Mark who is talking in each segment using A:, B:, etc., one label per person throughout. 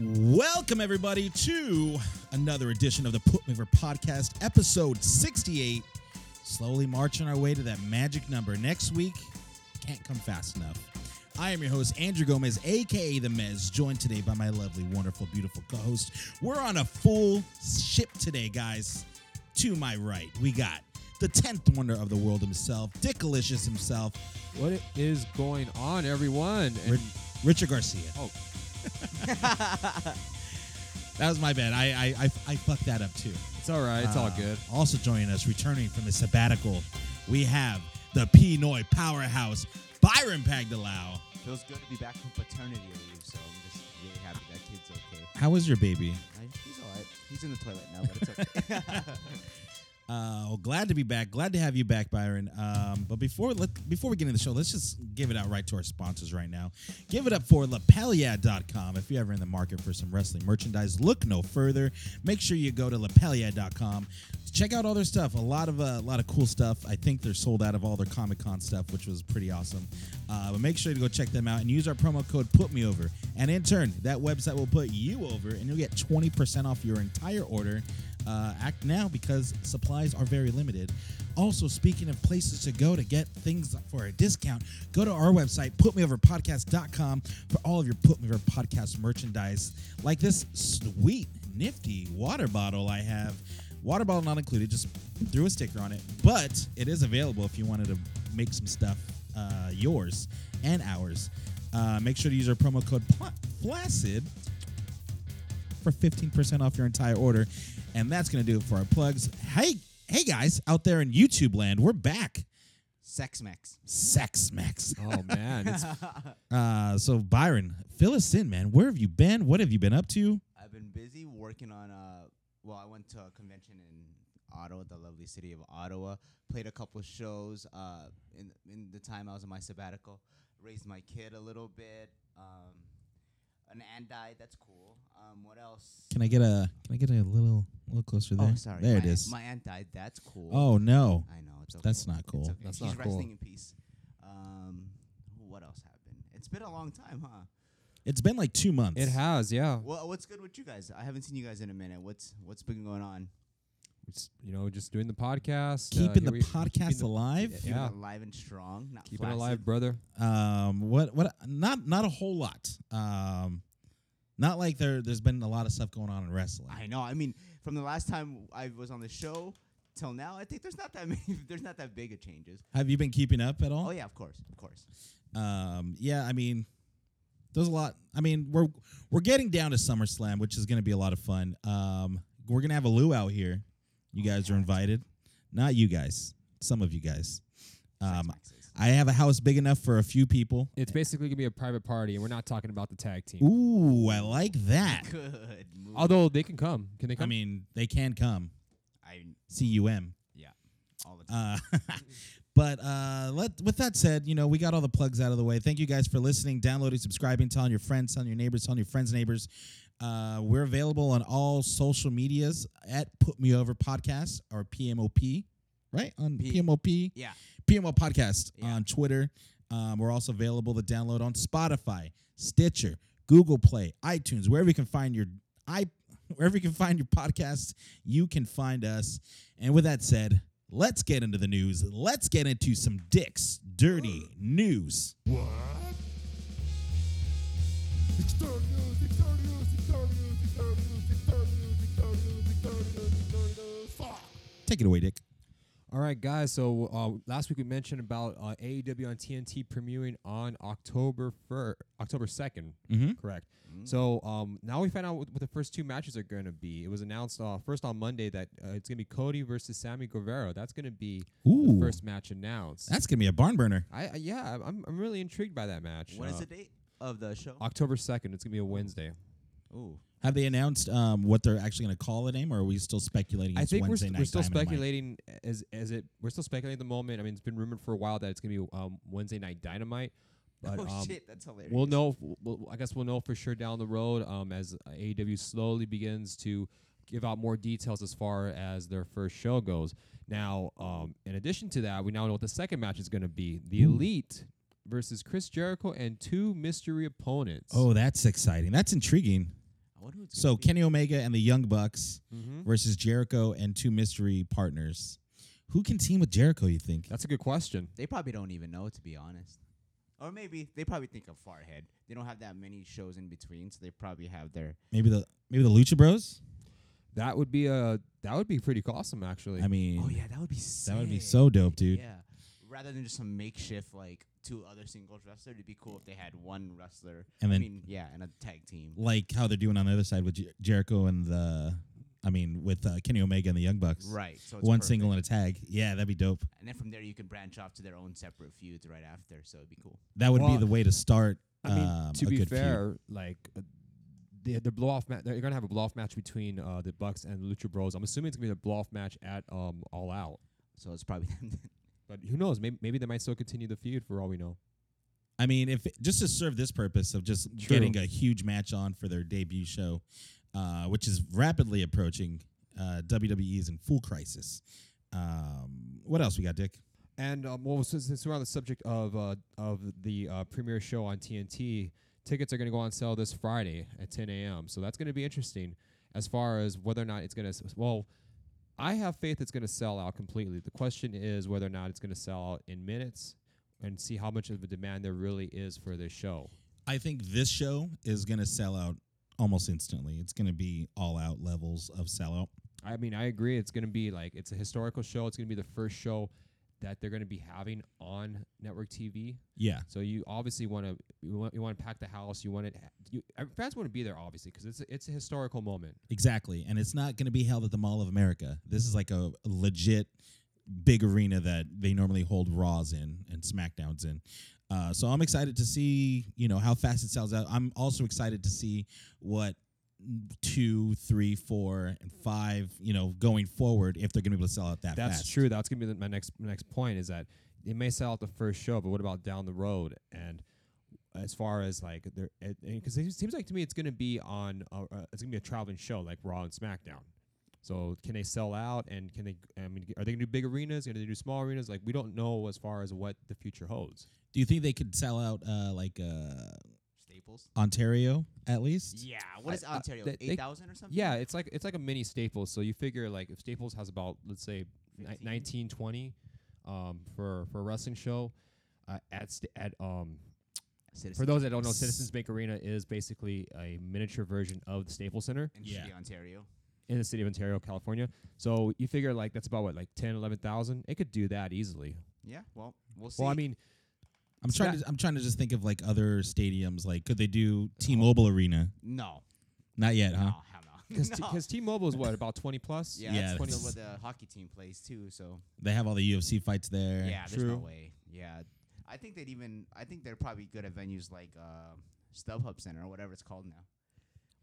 A: Welcome, everybody, to another edition of the Put Mover Podcast, episode 68. Slowly marching our way to that magic number next week. Can't come fast enough. I am your host, Andrew Gomez, aka The Mez, joined today by my lovely, wonderful, beautiful co host. We're on a full ship today, guys. To my right, we got the 10th wonder of the world himself, Dickalicious himself,
B: What is going on, everyone? And-
A: Ri- Richard Garcia.
B: oh,
A: That was my bad. I, I, I, I fucked that up too.
B: it's all right. It's all
A: Uh,
B: good.
A: Also joining us, returning from his sabbatical, we have the Pinoy powerhouse, Byron Pagdalao.
C: Feels good to be back from paternity leave, so I'm just really happy that kid's okay.
A: How was your baby?
C: I, he's all right. He's in the toilet now, but it's okay.
A: Uh, well, glad to be back. Glad to have you back, Byron. Um, but before let, before we get into the show, let's just give it out right to our sponsors right now. Give it up for lapeliad.com. If you're ever in the market for some wrestling merchandise, look no further. Make sure you go to lapeliad.com. Check out all their stuff. A lot of uh, a lot of cool stuff. I think they're sold out of all their Comic Con stuff, which was pretty awesome. Uh, but make sure to go check them out and use our promo code PUTMEOVER. And in turn, that website will put you over, and you'll get 20% off your entire order. Uh, act now because supplies are very limited. Also, speaking of places to go to get things for a discount, go to our website, putmeoverpodcast.com, for all of your Put Me Over Podcast merchandise, like this sweet, nifty water bottle I have. Water bottle not included, just threw a sticker on it, but it is available if you wanted to make some stuff uh, yours and ours. Uh, make sure to use our promo code Pla- FLACID for 15% off your entire order. And that's going to do it for our plugs. Hey, hey guys, out there in YouTube land, we're back.
C: Sex Max.
A: Sex Max.
B: Oh man, it's,
A: Uh, so Byron, fill us in, man. Where have you been? What have you been up to?
C: I've been busy working on, uh, well, I went to a convention in Ottawa, the lovely city of Ottawa. Played a couple shows uh, in, in the time I was on my sabbatical. Raised my kid a little bit. Um, an Andai, that's cool. Um, what else?
A: Can I get a Can I get a little little closer there?
C: oh, sorry.
A: There
C: my
A: it
C: aunt-
A: is.
C: My aunt died. That's cool.
A: oh no.
C: I know. It's okay.
A: That's not
C: It's
A: cool.
C: okay.
B: That's
C: She's
B: not cool.
C: resting in peace. Um, what else happened? It's been a long time, huh?
A: It's been like 2 months.
B: it has, uh, yeah.
C: Well, what's good with you guys? I haven't seen you guys in a minute. What's what's been going on?
B: It's, you know, just doing the podcast, uh,
A: keeping
B: here
A: the
B: we-
A: podcast
B: keeping
A: alive.
B: the-
C: Keeping
B: yeah,
C: it alive and strong. Not
B: keeping it alive, brother.
A: Um what what not not a whole lot. Um not like there there's been a lot of stuff going on in wrestling.
C: I know. I mean, from the last time I was on the show till now, I think there's not that many. there's not that big of changes.
A: Have you been keeping up at all?
C: Oh yeah, of course, of course.
A: Um, yeah, I mean, there's a lot. I mean, we're we're getting down to SummerSlam, which is going to be a lot of fun. Um, we're gonna have a luau out here. You guys are invited. Not you guys. Some of you guys. Um,
C: Sex
A: I have a house big enough for a few people.
B: It's basically gonna be a private party, and we're not talking about the tag team.
A: Ooh, I like that.
C: maxes. good. Move.
B: Although they can come, can they come?
A: I mean, they can come.
C: I
A: C U M.
C: yeah, all the time.
A: Uh, but uh, let with that said, you know we got all the plugs out of the way. Thank you guys for listening, downloading, subscribing, telling your friends, telling your neighbors, telling your friends' neighbors. Uh, we're available on all social medias at Put Me Over Podcast or PMOP, right on
C: P-
A: PMOP.
C: yeah.
A: PMO Podcast
C: Yeah.
A: on Twitter. Um, we're also available to download on Spotify, Stitcher, Google Play, iTunes, wherever you can find your i wherever you can find your podcast, you can find us. And with that said, let's get into the news. Let's get into some dicks dirty news. Take it away, Dick.
B: All right, guys. So uh, last week we mentioned about uh, AEW on TNT premiering on October fir- October 2nd
A: Mhm.
B: Correct.
C: Mm-hmm.
B: So um, now we found out what, what the first two matches are going to be. It was announced uh, first on Monday that uh, it's going to be Cody versus Sammy Guevara. That's going to be
A: Ooh.
B: the first match announced.
A: That's gonna be a barn burner.
B: I, I yeah, I'm- I'm I'm really intrigued by that match.
C: What is
B: Uh,
C: the date of the show?
B: October 2nd. It's going to be a Wednesday.
C: Ooh.
A: Have they announced um, what they're actually gonna call the name, or are we still speculating?
B: I
A: it's
B: think we're,
A: Wednesday
B: st-
A: night
B: we're still
A: Dynamite?
B: speculating as as it we're still speculating at the moment. I mean, it's been rumored for a while that it's going to be um, Wednesday night Dynamite. But,
C: oh
B: um,
C: shit, that's hilarious.
B: We'll know. f- We'll, I guess we'll know for sure down the road um, as AEW slowly begins to give out more details as far as their first show goes. Now, um, in addition to that, we now know what the second match is going to be: the
A: Hmm.
B: Elite versus Chris Jericho and two mystery opponents.
A: Oh, that's exciting. That's intriguing.
C: wonder who it's
A: So
C: gonna be.
A: Kenny Omega and the Young Bucks
B: Mm-hmm.
A: versus Jericho and two mystery partners. Who can team with Jericho? You think?
B: That's a good question.
C: they probably don't even know to be honest, or maybe they probably think of far ahead. They don't have that many shows in between, so they probably have their.
A: Maybe the maybe the Lucha Bros.
B: That would be a that would be pretty awesome actually.
A: I mean,
C: Oh yeah, that would be sick.
A: that would be so dope, dude.
C: Yeah, rather than just some makeshift like two other singles wrestler, it'd be cool if they had one wrestler.
A: And
C: I
A: then-
C: mean, yeah, and a tag team.
A: Like how they're doing on the other side with Jer- Jericho and the, I mean, with uh, Kenny Omega and the Young Bucks.
C: Right. So it's
A: One
C: perfect.
A: single and a tag. Yeah, that'd be dope.
C: and then from there you can branch off to their own separate feuds right after. So it'd be cool.
A: That would be
B: Well,
A: the way to start.
B: I mean,
A: um,
B: to
A: a
B: be
A: good feud.
B: fair, like uh, the the blow off match, they're gonna have a blow off match between uh, the Bucks and Lucha Bros. I'm assuming it's gonna be the blow off match at um All Out.
C: So it's probably them. then.
B: But who knows? Maybe maybe they might still continue the feud for all we know.
A: I mean, if just to serve this purpose of just
B: True.
A: getting a huge match on for their debut show, uh, which is rapidly approaching, uh, WWE is in full crisis. Um, what else we got, Dick?
B: And um, well, since, since we're on the subject of uh, of the uh, premiere show on TNT, tickets are going to go on sale this Friday at 10 a.m. So that's going to be interesting as far as whether or not it's going to. Well, I have faith it's going to sell out completely. The question is whether or not it's going to sell out in minutes and see how much of a demand there really is for this show.
A: I think this show is going to sell out almost instantly. It's going to be all out levels of sellout.
B: I mean, I agree. It's going to be like it's a historical show. It's going to be the first show that they're going to be having on network TV.
A: Yeah.
B: So you obviously want to you want you want to pack the house. You want to you uh, fans want to be there obviously because it's a, it's a historical moment.
A: Exactly. And it's not going to be held at the Mall of America. This is like a legit big arena that they normally hold Raws in and SmackDowns in. Uh, so I'm excited to see, you know, how fast it sells out. I'm also excited to see what two, three, four, and five, you know, going forward, if they're going to be able to sell out that
B: That's
A: fast.
B: true. That's gonna be the, my next my next point is that it may sell out the first show, but what about down the road and as far as like there because it seems like to me it's gonna be on a, uh, it's gonna be a traveling show like Raw and SmackDown. So can they sell out and can they? I mean, are they gonna do big arenas? Are they gonna do small arenas? Like we don't know as far as what the future holds.
A: Do you think they could sell out, uh, like, uh,
C: Staples.
A: Ontario at least?
C: Yeah. What is
B: I- I-
C: Ontario?
B: they- they-
C: Eight thousand or something.
B: Yeah, it's like it's like a mini Staples. So you figure like if Staples has about let's say ni-
C: 15?
B: 19, 20 um, for for a wrestling show uh, at st- at um
C: Citizens.
B: for those that don't know, Citizens Bank Arena is basically a miniature version of the Staples Center
C: in
A: Yeah.
C: shitty Ontario.
B: in the city of Ontario, California. So you figure like that's about what like ten, eleven thousand. It could do that easily.
C: Yeah. Well, we'll see.
B: Well, I mean,
A: I'm
B: So
A: trying
B: that-
A: to, I'm trying to just think of like other stadiums. Like, could they
B: Oh.
A: do T-Mobile Arena?
C: no.
A: Not yet,
C: No.
A: huh?
C: Hell no.
B: because
C: no.
B: T-Mobile is what about twenty plus?
C: yeah,
A: Yeah,
C: that's
A: that's-
C: where the hockey team plays too. So
A: They have all the UFC fights there.
C: yeah, there's no
B: True.
C: way. Yeah, I think they'd even. I think they're probably good at venues like uh, StubHub Center or whatever it's called now.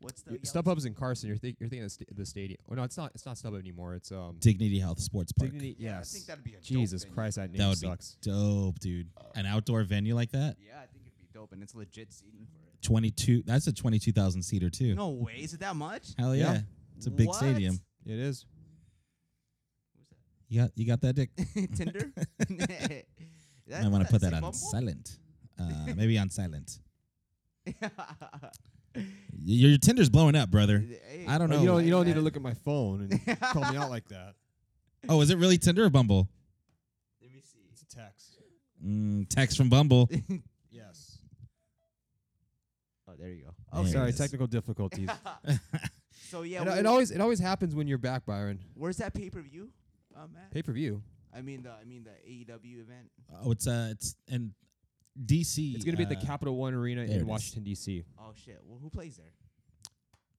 C: What's the
B: Y-
C: yellow-
B: StubHub's in Carson. You're, think you're thinking of st- the stadium. Oh no, it's not. It's not StubHub anymore. It's um.
A: Dignity Health Sports Park.
B: Dignity.
C: Yeah,
B: yes.
C: I think that'd be a dope
B: Jesus
C: venue.
B: Christ, that name
A: That would
B: sucks.
A: be dope, dude. An outdoor venue like that,
C: Yeah, I think it'd be dope, and it's legit seating for it.
A: twenty two. That's a twenty two thousand seater too.
C: No way, is it that much?
A: Hell yeah.
B: Yeah.
A: it's a big
C: What?
A: stadium.
B: It is.
C: Who's
A: You got you got that dick.
C: that? Tinder.
A: I want to put that on
C: Bumble?
A: silent. Uh, maybe on silent.
C: Hey.
A: Y- Your Tinder's blowing up, brother. I don't
B: Oh,
A: know.
B: you don't. You
C: Hey,
B: don't need to
C: man.
B: look at my phone and call me out like that.
A: Oh, is it really Tinder or Bumble?
C: Let me see.
B: It's a text.
A: Mm, text from Bumble.
B: Yes.
C: Oh, there you go.
A: There
C: Okay.
A: you
B: Sorry,
A: Yes.
B: technical difficulties.
C: so yeah,
B: it,
C: wh-
B: it always it always happens when you're back, Byron.
C: where's that pay per view? Um, at?
B: Pay per view.
C: I mean the I mean the AEW event.
A: Oh, it's uh, it's in DC.
B: It's gonna be at the
A: uh,
B: Capital One Arena
A: there it
B: in
A: is.
B: Washington D.C.
C: Oh shit. Well, who plays there?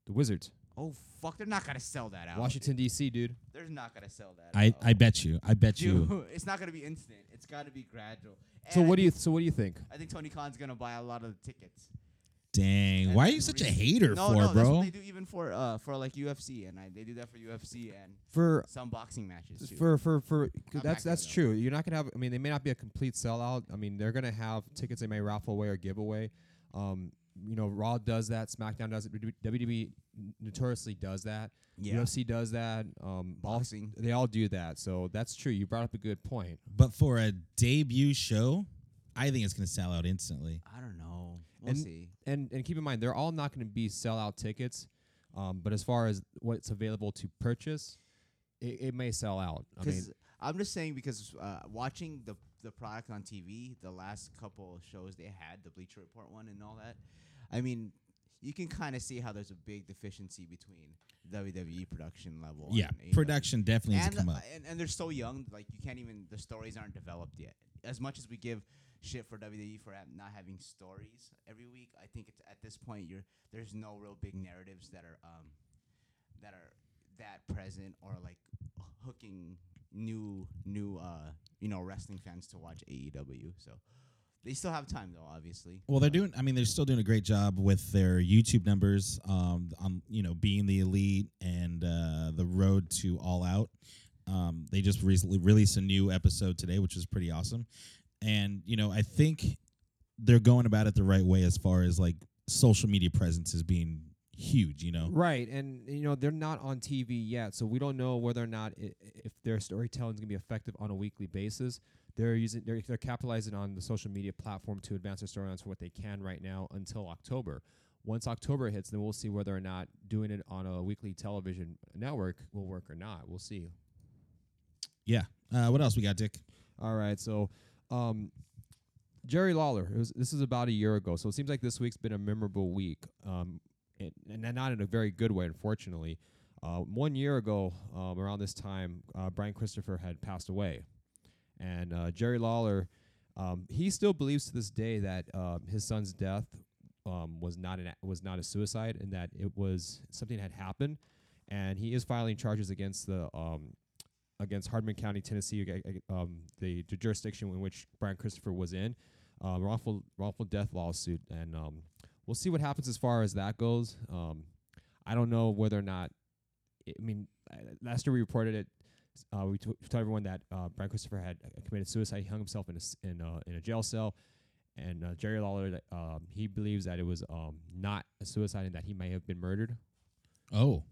B: The Wizards,
C: Oh fuck, they're not gonna sell that out.
B: Washington D.C. Dude,
C: They're not gonna sell that.
A: I
C: out.
A: I bet you. I bet
C: Dude,
A: you.
C: it's not gonna be instant. It's gotta be gradual.
B: so
C: And I
B: what do you
C: think-
B: so what do you think?
C: I think Tony Khan's gonna buy a lot of the tickets.
A: Dang,
C: And
A: why are
C: then
A: you such a
C: re-
A: hater
C: no,
A: for,
C: no, that's
A: bro?
C: what they do even for uh for like UFC and I, they do that for UFC and
B: For
C: some boxing matches too.
B: for for for
C: I'm
B: that's
C: not gonna
B: that's
C: know.
B: true. You're not gonna have. I mean, they may not be a complete sellout. I mean, they're gonna have tickets they may raffle away or give away. Um, you know, Raw does that. SmackDown does it. WWE notoriously does that.
C: Yeah.
B: UFC does that. Um, all-
C: Boxing.
B: they all do that. So that's true. You brought up a good point.
A: But for a debut show, I think it's going to sell out instantly.
C: I don't know. We'll
B: And-
C: see.
B: And and keep in mind, they're all not going to be sellout tickets. Um, but as far as what's available to purchase, it, it may sell out. I mean,
C: Because I am just saying because uh, watching the the product on TV, the last couple shows they had, the Bleacher Report one and all that, I mean, you can kind of see how there's a big deficiency between WWE production level.
A: Yeah,
C: and E. AEW.
A: production definitely needs
C: Oh, And,
A: to come
C: uh,
A: up.
C: and and they're so young, like you can't even the stories aren't developed yet. As much as we give shit for WWE for ha- not having stories every week, I think it's at this point you're there's no real big narratives that are um that are that present or like hooking new new uh you know wrestling fans to watch AEW. So they still have time though, obviously.
A: Well, they're
C: but-
A: doing. I mean, they're still doing a great job with their YouTube numbers. Um, on you know being the elite and uh, the road to all out. Um, they just recently released a new episode today, which was pretty awesome. And you know, I think they're going about it the right way as far as like social media presence is being huge. You know,
B: Right, and you know they're not on TV yet, so we don't know whether or not i i- if their storytelling is going to be effective on a weekly basis. They're using they're, they're capitalizing on the social media platform to advance their storylines for what they can right now until October. Once October hits, then we'll see whether or not doing it on a weekly television network will work or not. We'll see.
A: yeah. Uh, what else we got, Dick?
B: All right, so um, Jerry Lawler. It was, this is about a year ago, so it seems like this week's been a memorable week, um, and, and not in a very good way, unfortunately. Uh, one year ago, um, around this time, uh, Brian Christopher had passed away, and uh, Jerry Lawler. Um, he still believes to this day that uh, his son's death um, was not an a- was not a suicide, and that it was something had happened. And he is filing charges against the um, against Hardman County, Tennessee, ag- ag- um, the, the jurisdiction in which Brian Christopher was in, um, wrongful wrongful death lawsuit, and um, we'll see what happens as far as that goes. Um, I don't know whether or not. I I mean, uh, last year we reported it. s- Uh, we t- told everyone that uh, Brian Christopher had uh, committed suicide. He hung himself in a s in a, in a jail cell. And uh, Jerry Lawler, that, um, he believes that it was um, not a suicide and that he may have been murdered.
A: Oh,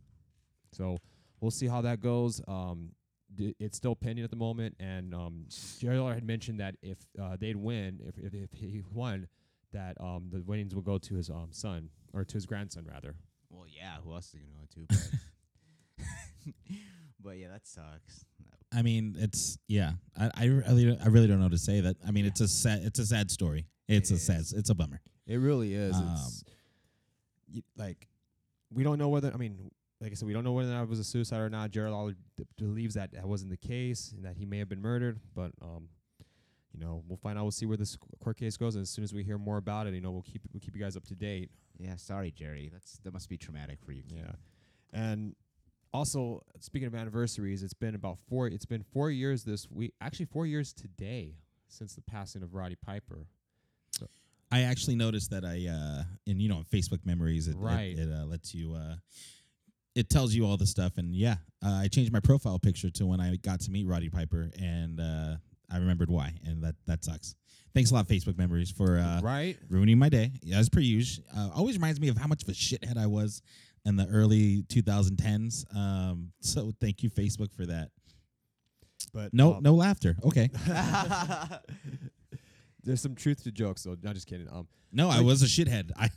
B: So we'll see how that goes. Um, d- it's still pending at the moment, and um, Jerry Lawler had mentioned that if uh, they'd win, if, if if he won, that um, the winnings will go to his um, son or to his grandson rather.
C: Well, yeah, who else is gonna go to? But, but yeah, that sucks.
A: I mean, it's yeah. I I really don't- I really don't know what to say that. I mean, it's a sad it's a sad story. It's
C: It
A: a sad
C: is.
A: it's a bummer.
B: It really is.
A: It's-
B: like we don't know whether I mean. Like I said, we don't know whether that was a suicide or not. Jerry Lawler d- believes that that wasn't the case and that he may have been murdered, but um, you know, we'll find out. We'll see where this court case goes, and as soon as we hear more about it, you know, we'll keep we'll keep you guys up to date.
C: Yeah, sorry, Jerry. That's that must be traumatic for you.
B: Yeah, and also speaking of anniversaries, it's been about four. It's been four years this week. Actually, four years today since the passing of Roddy Piper.
A: I actually noticed that I uh and you know on Facebook memories it
B: Right.
A: it, it uh, lets you uh it tells you all the stuff and yeah uh, I changed my profile picture to when I got to meet Roddy Piper and uh I remembered why and that that sucks. Thanks a lot Facebook memories for uh
B: right?
A: ruining my day as per usual. Uh, always reminds me of how much of a shithead I was in the early 2010s. Um so thank you Facebook for that.
B: But
A: No
B: um,
A: no laughter. Okay.
B: There's some truth to jokes, though. Not just kidding. Um,
A: No, I
B: Like-
A: was a shithead. I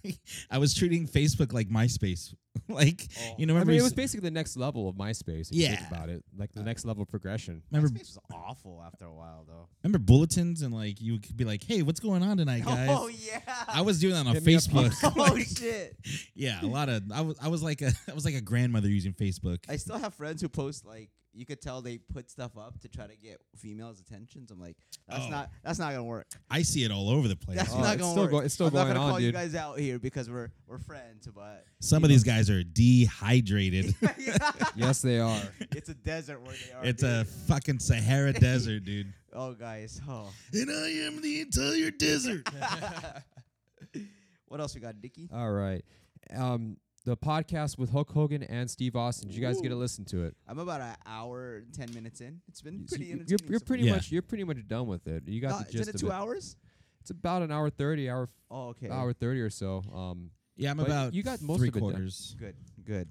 A: I was treating Facebook like MySpace. like you know,
B: Oh. I
A: remember,
B: mean, it
A: you
B: was
A: s-
B: basically the next level of MySpace. If you think
A: Yeah.
B: about it, like
C: Uh,
B: the next level of progression.
A: remember,
C: MySpace was awful after a while, though.
A: remember bulletins and like you could be like, hey, what's going on tonight, guys?
C: Oh yeah.
A: I was doing that on
B: Hit me up,
A: Facebook.
C: oh
A: Like,
C: shit.
A: yeah, a lot of I was I was like a I was like a grandmother using Facebook.
C: I still have friends who post like you could tell they put stuff up to try to get females' attentions. I'm like, that's
A: Oh.
C: not that's not gonna work.
A: I see it all over the place.
C: That's
B: Oh,
C: not
B: it's
C: gonna
B: still
C: work.
B: go- it's still
C: I'm
B: going
C: not gonna
B: on,
C: call you
B: dude.
C: guys out here because we're we're friends, but
A: Some of
C: you
A: these guys are dehydrated.
C: know. Yeah.
B: yes, they are.
C: it's a desert where they are.
A: it's a
C: dude.
A: fucking Sahara desert, dude.
C: oh guys. Oh.
A: And I am the entire desert.
C: what else we got, Dicky?
B: All right. Um, the podcast with Hulk Hogan and Steve Austin. Did you guys get to listen to it?
C: I'm about an hour and ten minutes in. It's been
B: So
C: pretty.
B: you-
C: entertaining
B: you're,
C: so
B: you're
C: far.
B: pretty
A: Yeah.
B: much you're pretty much done with it. You got
C: Uh,
B: the gist
C: Isn't it
B: of
C: two
B: it.
C: hours?
B: It's about an hour thirty, hour
C: Oh, okay.
B: hour thirty or so. Um,
A: yeah, I'm
B: But
A: about
B: you got most
A: three
B: of it done.
A: quarters.
C: Good, good.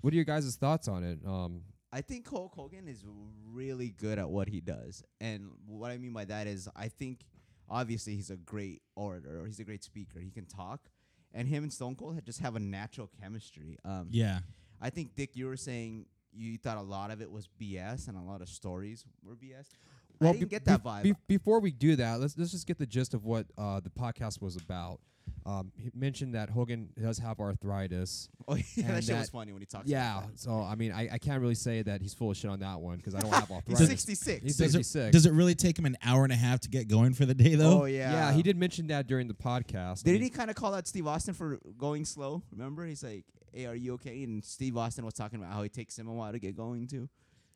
B: what are your guys' thoughts on it? Um,
C: I think Hulk Hogan is really good at what he does, and what I mean by that is, I think obviously he's a great orator. He's a great speaker. He can talk, and him and Stone Cold had just have a natural chemistry. Um,
A: Yeah.
C: I think Dick, you were saying you thought a lot of it was BS and a lot of stories were BS. I didn't
B: be-
C: get that
B: be-
C: vibe.
B: be- before we do that, let's let's just get the gist of what uh, the podcast was about. Um, he mentioned that Hogan does have arthritis.
C: oh yeah, that,
B: and
C: shit was
B: that-
C: funny when he talks.
B: Yeah,
C: about
B: so I mean, I, I can't really say that he's full of shit on that one because I don't have
C: that.
B: arthritis.
C: he's sixty
B: He's
C: six.
A: Does it,
B: 66.
A: does it really take him an hour and a half to get going for the day though?
C: Oh yeah,
B: yeah, he did mention that during the podcast. I
C: Didn't
B: mean,
C: he kind of call out Steve Austin for going slow? Remember, he's like, "Hey, are you okay?" And Steve Austin was talking about how it takes him a while to get going too.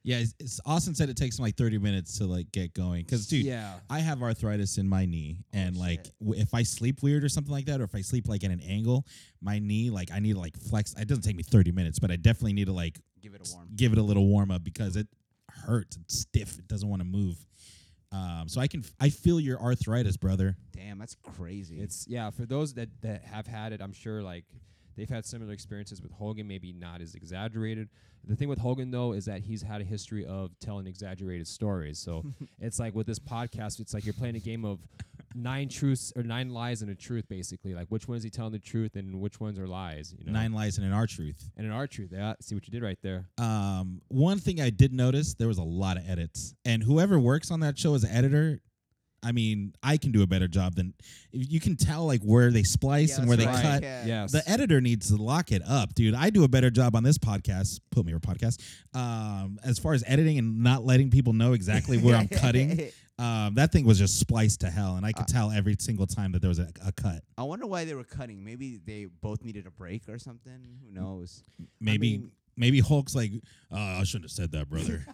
A: Yeah, it's, it's- Austin said it takes him like 30 minutes to like get going. Cause dude,
B: Yeah.
A: I have arthritis in my knee,
C: Oh,
A: and like
C: shit.
A: w- if I sleep weird or something like that, or if I sleep like at an angle, my knee like I need to like flex. It doesn't take me 30 minutes, but I definitely need to like
C: Give it a warm.
A: give it a little warm up because it hurts. It's stiff. It doesn't want to move. Um, so I can f- I feel your arthritis, brother.
C: Damn, that's crazy.
B: It's yeah, for those that that have had it, I'm sure like they've had similar experiences with Hogan, maybe not as exaggerated. The thing with Hogan though is that he's had a history of telling exaggerated stories. So it's like with this podcast, it's like you're playing a game of nine truths or nine lies and a truth basically. Like which one is he telling the truth and which ones are lies, you know?
A: Nine lies and an R truth.
B: and an our truth. Yeah, see what you did right there.
A: Um, one thing I did notice there was a lot of edits, and whoever works on that show as an editor. I mean, I can do a better job than you can tell, like where they splice
C: Yeah,
A: and where they
C: that's right.
A: cut.
C: Yeah.
B: Yes.
A: The editor needs to lock it up, dude. I do a better job on this podcast. Put me over podcast. Um, as far as editing and not letting people know exactly where I'm cutting, um, that thing was just spliced to hell, and I could tell every single time that there was a, a cut.
C: I wonder why they were cutting. Maybe they both needed a break or something.
A: Mm.
C: Who knows?
A: Maybe,
B: mean-
A: maybe Hulk's like, oh, I shouldn't have said that, brother.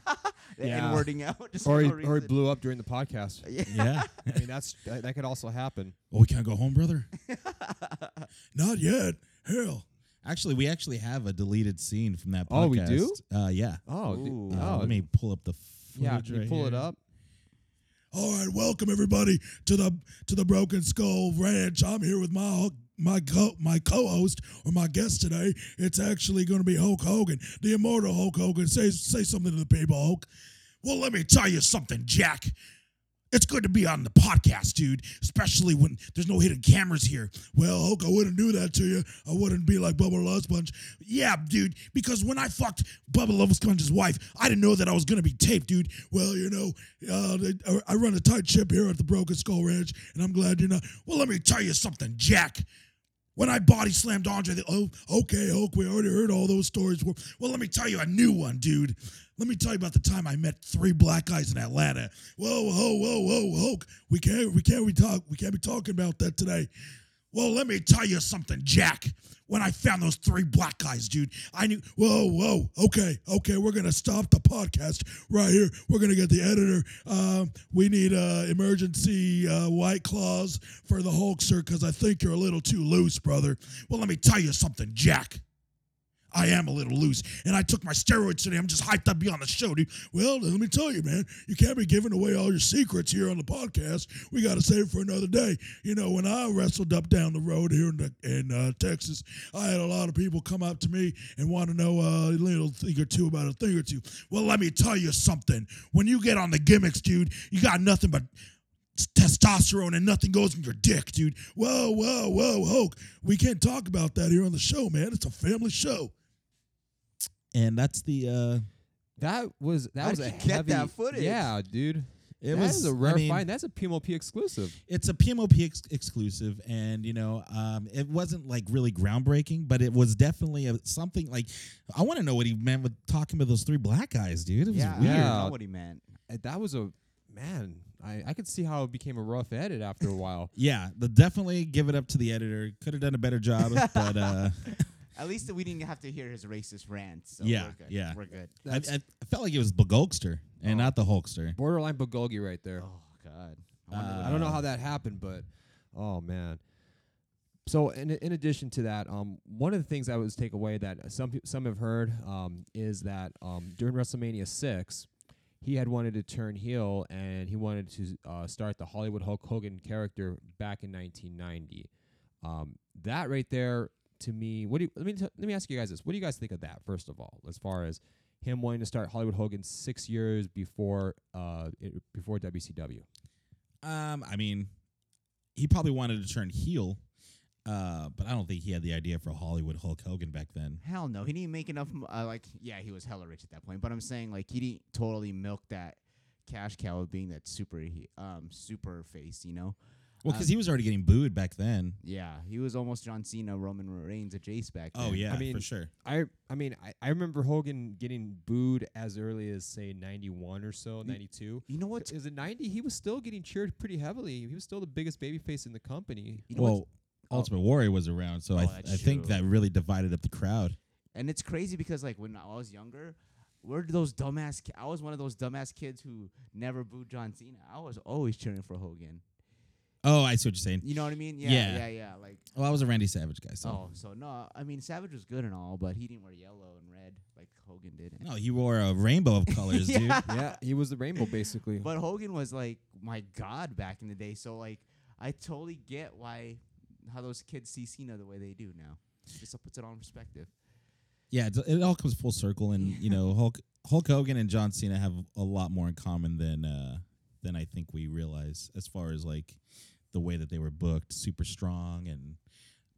C: The
B: Yeah.
C: N wording out. Just
B: or
C: for
B: he,
C: no
B: or he
C: reason.
B: blew up during the podcast.
C: Yeah.
A: yeah.
B: I mean, that's that, that could also happen.
A: Oh, we can't go home, brother. Not yet. Hell. Actually, we actually have a deleted scene from that podcast.
B: Oh, we do?
A: Uh, yeah.
B: Oh, d-
C: Ooh.
A: Uh,
B: oh,
A: let me pull up the.
B: yeah,
A: footage
B: can you
A: right
B: pull it
A: here.
B: up?
A: All right, welcome everybody to the to the Broken Skull Ranch. I'm here with my my co my co-host or my guest today. It's actually going to be Hulk Hogan, the immortal Hulk Hogan. Say say something to the people, Hulk. Well, let me tell you something, Jack. It's good to be on the podcast, dude. Especially when there's no hidden cameras here. Well, Hulk, I wouldn't do that to you. I wouldn't be like Bubba Love Sponge. Yeah, dude. Because when I fucked Bubba Love Sponge's wife, I didn't know that I was gonna be taped, dude. Well, you know, uh, they- I- I run a tight ship here at the Broken Skull Ranch, and I'm glad you're not. Well, let me tell you something, Jack. When I body slammed Andre, the, oh, okay, Hulk, we already heard all those stories. Well, well, let me tell you a new one, dude. Let me tell you about the time I met three black guys in Atlanta. Whoa, whoa, whoa, whoa, Hulk, we can't, we can't, we talk, we can't be talking about that today. Well, let me tell you something, Jack. When I found those three black guys, dude, I knew. Whoa, whoa. Okay, okay. We're gonna stop the podcast right here. We're gonna get the editor. Um, we need uh, emergency uh, white claws for the Hulkster because I think you're a little too loose, brother. Well, let me tell you something, Jack. I am a little loose, and I took my steroids today. I'm just hyped up to be on the show, dude. Well, let me tell you, man, you can't be giving away all your secrets here on the podcast. We got to save it for another day. You know, when I wrestled up down the road here in, the, in uh, Texas, I had a lot of people come up to me and want to know uh, a little thing or two about a thing or two. Well, let me tell you something. When you get on the gimmicks, dude, you got nothing but testosterone and nothing goes in your dick, dude. Whoa, whoa, whoa, Hulk. We can't talk about that here on the show, man. It's a family show. And that's the uh
B: That was that
C: How
B: was
C: did
B: a
C: you get
B: heavy
C: that footage?
B: Yeah, dude.
A: it
B: that
A: was
B: is a rare
A: I mean,
B: find. That's a PMOP exclusive.
A: It's a PMOP ex- exclusive and you know, um it wasn't like really groundbreaking, but it was definitely a, something like I want to know what he meant with talking to those three black guys, dude. It was
C: yeah,
A: weird.
C: I don't
B: Yeah.
C: know what he meant.
B: Uh, That was a man. I I could see how it became a rough edit after a while.
A: Yeah, the definitely give it up to the editor. Could have done a better job, but uh
C: At least we didn't have to hear his racist rant. So
A: Yeah,
C: we're good.
A: yeah.
C: We're good.
A: I, I,
B: That's
A: I felt like it was Bogolster and
C: Oh.
A: not the Hulkster.
B: borderline bulgogi right there.
C: Oh God.
A: Uh,
B: I don't know how that happened, but oh man. So in in addition to that, um, one of the things I was take away that some peo- some have heard um, is that um, during WrestleMania six, he had wanted to turn heel and he wanted to uh, start the Hollywood Hulk Hogan character back in 1990. Um, that right there to me, what do you, let me t- let me ask you guys this: What do you guys think of that? First of all, as far as him wanting to start Hollywood Hogan six years before uh, it, before WCW.
A: Um, I mean, he probably wanted to turn heel. Uh, but I don't think he had the idea for Hollywood Hulk Hogan back then.
C: Hell no, he didn't make enough. m- Uh, like, yeah, he was hella rich at that point. But I'm saying, like, he didn't totally milk that cash cow of being that super, he- um, super face. You know?
A: Well,
B: Um,
A: because he was already getting booed back then.
C: Yeah, he was almost John Cena, Roman Reigns, a Jace back then.
A: Oh yeah,
B: I mean,
A: for sure.
B: I I mean I, I remember Hogan getting booed as early as say 91 or so 92.
C: You know what?
B: Is it 90? He was still getting cheered pretty heavily. He was still the biggest babyface in the company.
C: You know what's-
A: Well, Ultimate Warrior was around, so I,
C: Oh,
A: th-
C: that's
A: I think
C: true.
A: that really divided up the crowd.
C: And it's crazy because like when I was younger, where did those dumbass? Ki- I was one of those dumbass kids who never booed John Cena. I was always cheering for Hogan.
A: Oh, I see what you're saying.
C: You know what I mean? Yeah,
A: Yeah.
C: yeah, yeah. Like,
A: Well, I was a Randy Savage guy, so
C: oh, so no. I mean, Savage was good and all, but he didn't wear yellow and red like Hogan did.
A: no, he wore a rainbow of colors, dude.
C: Yeah.
B: yeah, he was the rainbow basically.
C: But Hogan was like my god back in the day. So like, I totally get why how those kids see Cena the way they do now. Just puts it all in perspective.
A: Yeah, it's, it all comes full circle, and you know, Hulk Hulk Hogan and John Cena have a lot more in common than uh, than I think we realize, as far as like the way that they were booked, super strong, and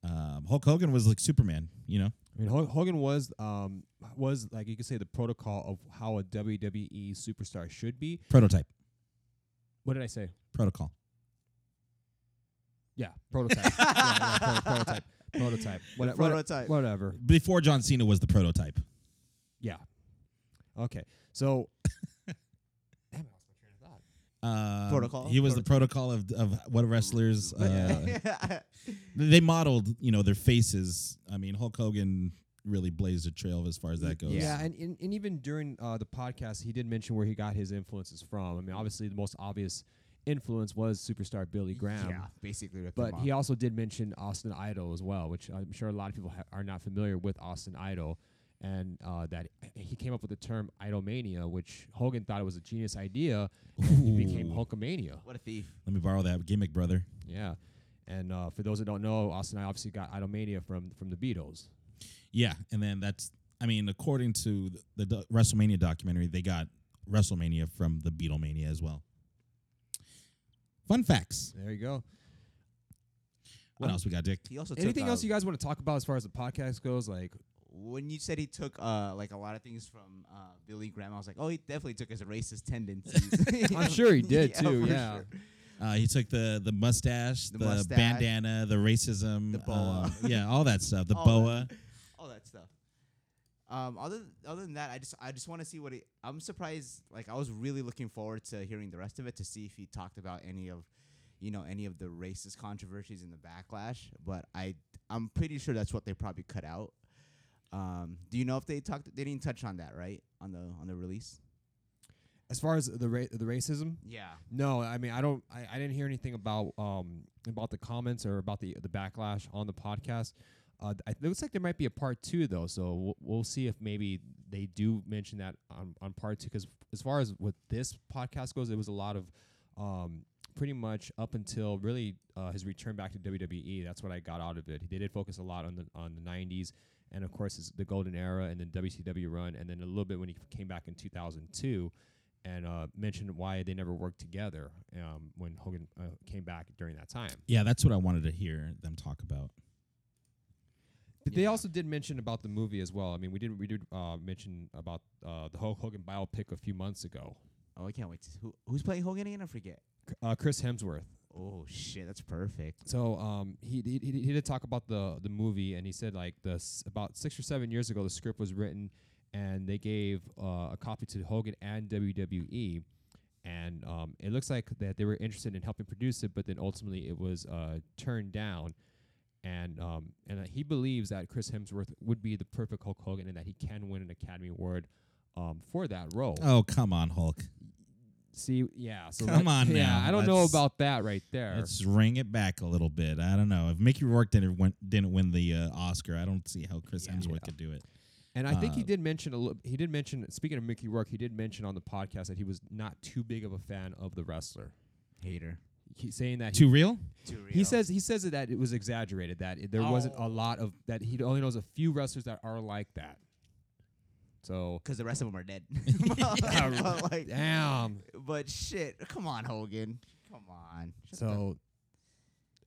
A: um, Hulk Hogan was like Superman, you know.
B: I mean, Ho- Hogan was um was like you could say the protocol of how a WWE superstar should be.
A: Prototype,
B: What did I say?
A: protocol.
B: Yeah, prototype. yeah, yeah, pro- prototype. Prototype. What- what-
C: Prototype.
B: Whatever.
A: Before John Cena was the prototype.
B: Yeah. Okay. So. Damn it, I lost my train of thought.
A: Um,
C: Protocol?
A: He was the protocol of of what wrestlers. Uh,
C: But-
A: they modeled, you know, their faces. I mean, Hulk Hogan really blazed a trail as far as that goes.
B: Yeah, and, and, and even during uh, the podcast, he did mention where he got his influences from. I mean, obviously, the most obvious influence was superstar Billy Graham.
C: yeah, basically. ripped
B: But
C: him
B: he
C: off.
B: also did mention Austin Idol as well, which I'm sure a lot of people ha- are not familiar with Austin Idol, and uh, that he came up with the term idolmania, which Hogan thought it was a genius idea, and it became
A: Ooh.
B: Hulkamania.
C: what a thief.
A: Let me borrow that gimmick, brother.
B: Yeah, and uh, for those that don't know, Austin Idol obviously got idolmania from from the Beatles.
A: Yeah, and then that's I mean, according to th- the, do- WrestleMania documentary, they got WrestleMania from the Beatlemania as well. Fun facts.
B: There you go.
A: What else we got, Dick?
C: Um, He also
B: Anything
C: took,
B: else
C: uh,
B: you guys want to talk about as far as the podcast goes? Like,
C: when you said he took uh, like a lot of things from uh, Billy Graham, I was like, oh, he definitely took his racist tendencies.
B: I'm sure he did, too,
C: for
B: yeah.
A: Uh, he took the the mustache, the,
C: The mustache.
A: bandana, the racism,
C: The boa.
A: um, yeah, all that stuff. The
C: All
A: boa.
C: all that stuff. Um, other th- other than that, I just I just want to see what he, I'm surprised. Like I was really looking forward to hearing the rest of it to see if he talked about any of, you know, any of the racist controversies in the backlash. But I I'm pretty sure that's what they probably cut out. Um, do you know if they talked? They didn't touch on that, right? On the on the release.
B: as far as the ra- the racism,
C: Yeah.
B: No, I mean I don't. I, I didn't hear anything about um about the comments or about the the backlash on the podcast. Uh, th- it looks like there might be a part two though, so we'll, we'll see if maybe they do mention that on, on part two. Because as far as what this podcast goes, it was a lot of um pretty much up until really uh, his return back to WWE. That's what I got out of it. They did focus a lot on the on the '90s and of course his, the golden era and then WCW run and then a little bit when he came back in 2002 and uh, mentioned why they never worked together um, when Hogan uh, came back during that time.
A: Yeah, that's what I wanted to hear them talk about.
B: But They
C: Yeah.
B: also did mention about the movie as well. I mean, we did we did uh, mention about uh, the Hulk Hogan biopic a few months ago.
C: Oh, I can't wait. To, who who's playing Hogan again? I forget.
B: C- Uh, Chris Hemsworth.
C: Oh shit, that's perfect.
B: So um, he, he he he did talk about the the movie, and he said like the s about six or seven years ago, the script was written, and they gave uh, a copy to Hogan and WWE, and um, it looks like that they were interested in helping produce it, but then ultimately it was uh, turned down, and um, and uh, he believes that Chris Hemsworth would be the perfect Hulk Hogan, and that he can win an Academy Award. Um, for that role,
A: Oh, come on, Hulk.
B: see, yeah, so
A: Come
B: that-
A: on
B: yeah,
A: now,
B: I don't know
A: that's-
B: about that right there.
A: Let's ring it back a little bit. I don't know if Mickey Rourke didn't win, didn't win the uh, Oscar. I don't see how Chris
C: Yeah.
A: Hemsworth
B: Yeah.
A: could do it.
B: And I think he
A: Uh,
B: did mention a little. He did mention. Speaking of Mickey Rourke, he did mention on the podcast that he was not too big of a fan of the wrestler.
C: Hater.
B: He saying that he,
A: Too real?
C: Too
B: he says he says that it was exaggerated. That it, there wasn't a
C: Oh.
B: lot of that. He only knows a few wrestlers that are like that. So
C: because the rest of them are dead.
B: Yeah.
C: but, like,
B: damn.
C: but shit, come on, Hogan. Come on. Shut the-
B: So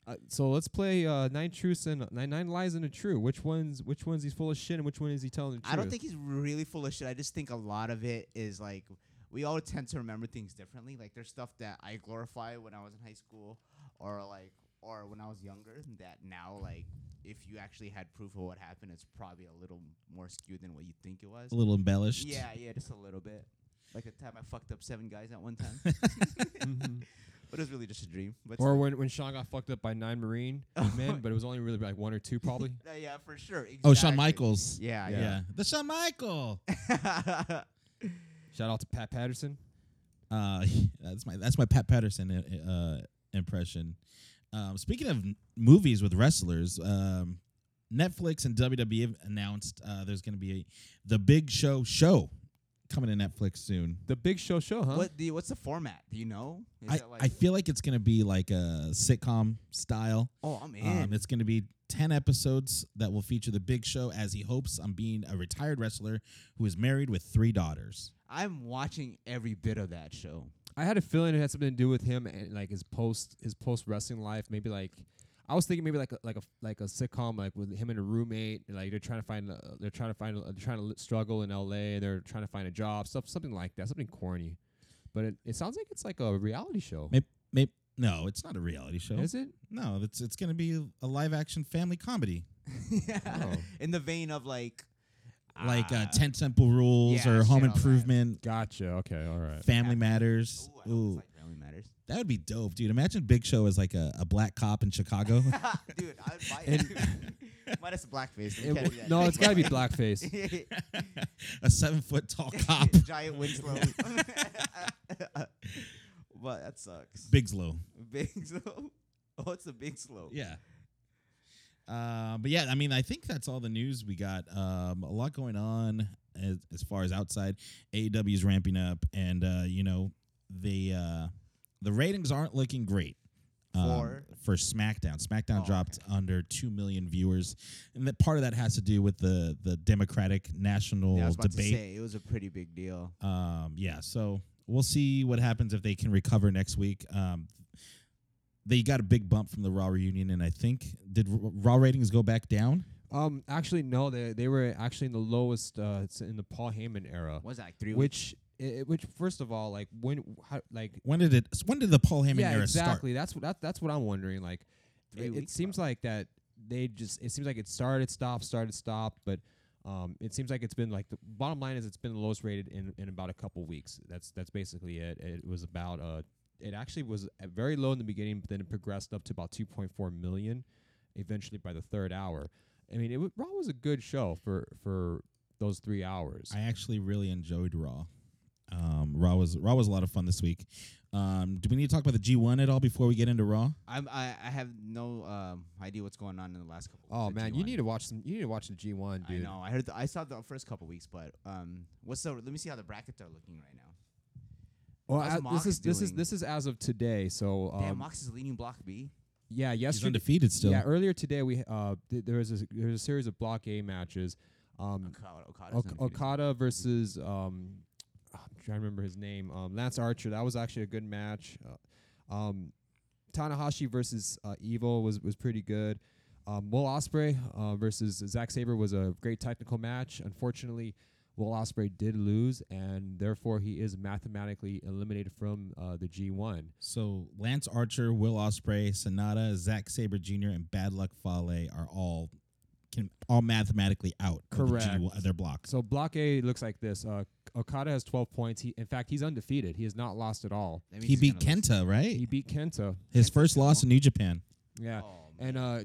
B: Uh, so let's play uh, nine truths and nine, nine lies and a true. Which one's which one's he's full of shit and which one is he telling the truth?
C: I don't think he's really full of shit. I just think a lot of it is like we all tend to remember things differently. Like there's stuff that I glorify when I was in high school, or like, or when I was younger. That now, like, if you actually had proof of what happened, it's probably a little more skewed than what you think it was.
A: A little embellished.
C: Yeah, yeah, just a little bit. Like the time I fucked up seven guys at one time,
A: Mm-hmm.
C: but it was really just a dream. But
B: Or when when Sean got fucked up by nine Marine men, but it was only really like one or two probably.
C: Uh, yeah, for sure.
A: Oh, Shawn
C: exactly.
A: Michaels.
C: Yeah,
A: Yeah.
C: yeah.
A: The Shawn Michael.
B: Shout out to Pat Patterson.
A: Uh, that's my that's my Pat Patterson uh, uh, impression. Um, speaking of n- movies with wrestlers, um, Netflix and WWE have announced uh, there's going to be a The Big Show show coming to Netflix soon.
B: The Big Show show, huh?
C: What the? What's the format? Do you know? Is
A: I,
C: it
A: I feel like it's going to be like a sitcom style.
C: oh, I'm in.
A: Um, it's going to be 10 episodes that will feature The Big Show as he hopes on being a retired wrestler who is married with three daughters.
C: I'm watching every bit of that show.
B: I had a feeling it had something to do with him and like his post his post wrestling life. Maybe like I was thinking maybe like a, like a like a sitcom like with him and a roommate. And like they're trying to find uh, they're trying to find they're trying to li- struggle in L.A. They're trying to find a job stuff something like that something corny. But it, it sounds like it's like a reality show.
A: Maybe, maybe no, it's not a reality show.
B: Is it?
A: No, it's it's going to be a live action family comedy,
B: Oh.
C: In the vein of like,
A: like uh,
C: ah,
A: Ten Temple Rules
C: yeah,
A: or Home
C: shit on that.
A: Improvement,
B: Gotcha. Okay. All right.
A: Family Matters.
C: Ooh, I don't
A: Ooh,
C: think it really matters.
A: that would be dope, dude. Imagine Big Show as like a, a black cop in Chicago.
C: Dude, I'd buy it. Minus the blackface. we
B: It
C: can't
B: w-
C: do that.
B: no, it's got to be blackface.
A: a seven foot tall cop.
C: Giant Winslow. but that sucks.
A: Bigslow.
C: Big slow. Oh, it's a big slow.
A: Yeah. Uh, but yeah, I mean, I think that's all the news we got. Um, a lot going on as, as far as outside. AEW's ramping up, and uh, you know the uh, the ratings aren't looking great. um,
C: For?
A: for SmackDown, SmackDown
C: Oh,
A: dropped under two million viewers, and that part of that has to do with the the Democratic national
C: Yeah, I was about
A: debate.
C: to say it was a pretty big deal.
A: Um, yeah, so we'll see what happens if they can recover next week. Um, they got a big bump from the Raw reunion, and I think did R- Raw ratings go back down?
B: Um, actually, no. They they were actually in the lowest uh, it's in the Paul Heyman era,
C: Was that like three weeks?
B: which i which first of all, like when how, like
A: When did it? When did the Paul Heyman
B: yeah,
A: era
B: exactly. That's what that, that's what I'm wondering. Like,
C: Three
B: it, it
C: weeks,
B: seems like that they just it seems like it started, stopped, started, stopped, but. Um, it seems like it's been like the bottom line is it's been the lowest rated in, in about a couple weeks. That's that's basically it. It was about uh, it actually was at very low in the beginning, but then it progressed up to about 2.4 million, eventually by the third hour. I mean, it w- Raw was a good show for for those three hours.
A: start? I actually really enjoyed Raw. Um, Raw was Raw was a lot of fun this week. Um, do we need to talk about the G1 at all before we get into Raw?
C: I'm, I I have no um, idea what's going on in the last couple.
B: oh
C: weeks of
B: man, you
C: G1.
B: need to watch some. You need to watch the G1,
C: I
B: dude.
C: know. I heard. The, I saw the first couple weeks, but um, what's the? Let me see how the brackets are looking right now.
B: Well,
C: How's
B: a-
C: Mox
B: this is this is
C: doing?
B: this is as of today. So um,
C: Damn, Mox is leading Block B.
B: yeah,
A: He's
B: yesterday.
A: undefeated still.
B: Yeah, earlier today we uh th- there was a s- there was a series of block A matches. Um,
C: Okada,
B: Ok-
C: Okada's undefeated.
B: Okada versus um, I'm trying to remember his name. Um, Lance Archer. That was actually a good match. Uh, um, Tanahashi versus uh, Evil was was pretty good. Um, Will Osprey uh, versus Zack Saber was a great technical match. Unfortunately, Will Osprey did lose, and therefore he is mathematically eliminated from uh, the G1.
A: So Lance Archer, Will Osprey, Sonata, Zack Saber Jr., and Bad Luck Fale are all can all mathematically out. of the
B: Correct.
A: G1, their blocks.
B: So block A looks like this. Uh, Okada has 12 points. He, in fact, he's undefeated. He has not lost at all.
C: That means
A: He
C: he's
A: beat
C: gonna lose.
A: Kenta, right?
B: He beat Kenta.
A: His
C: Kenta's
A: first
C: still-
A: loss in New Japan.
B: Yeah.
C: Oh,
B: and uh,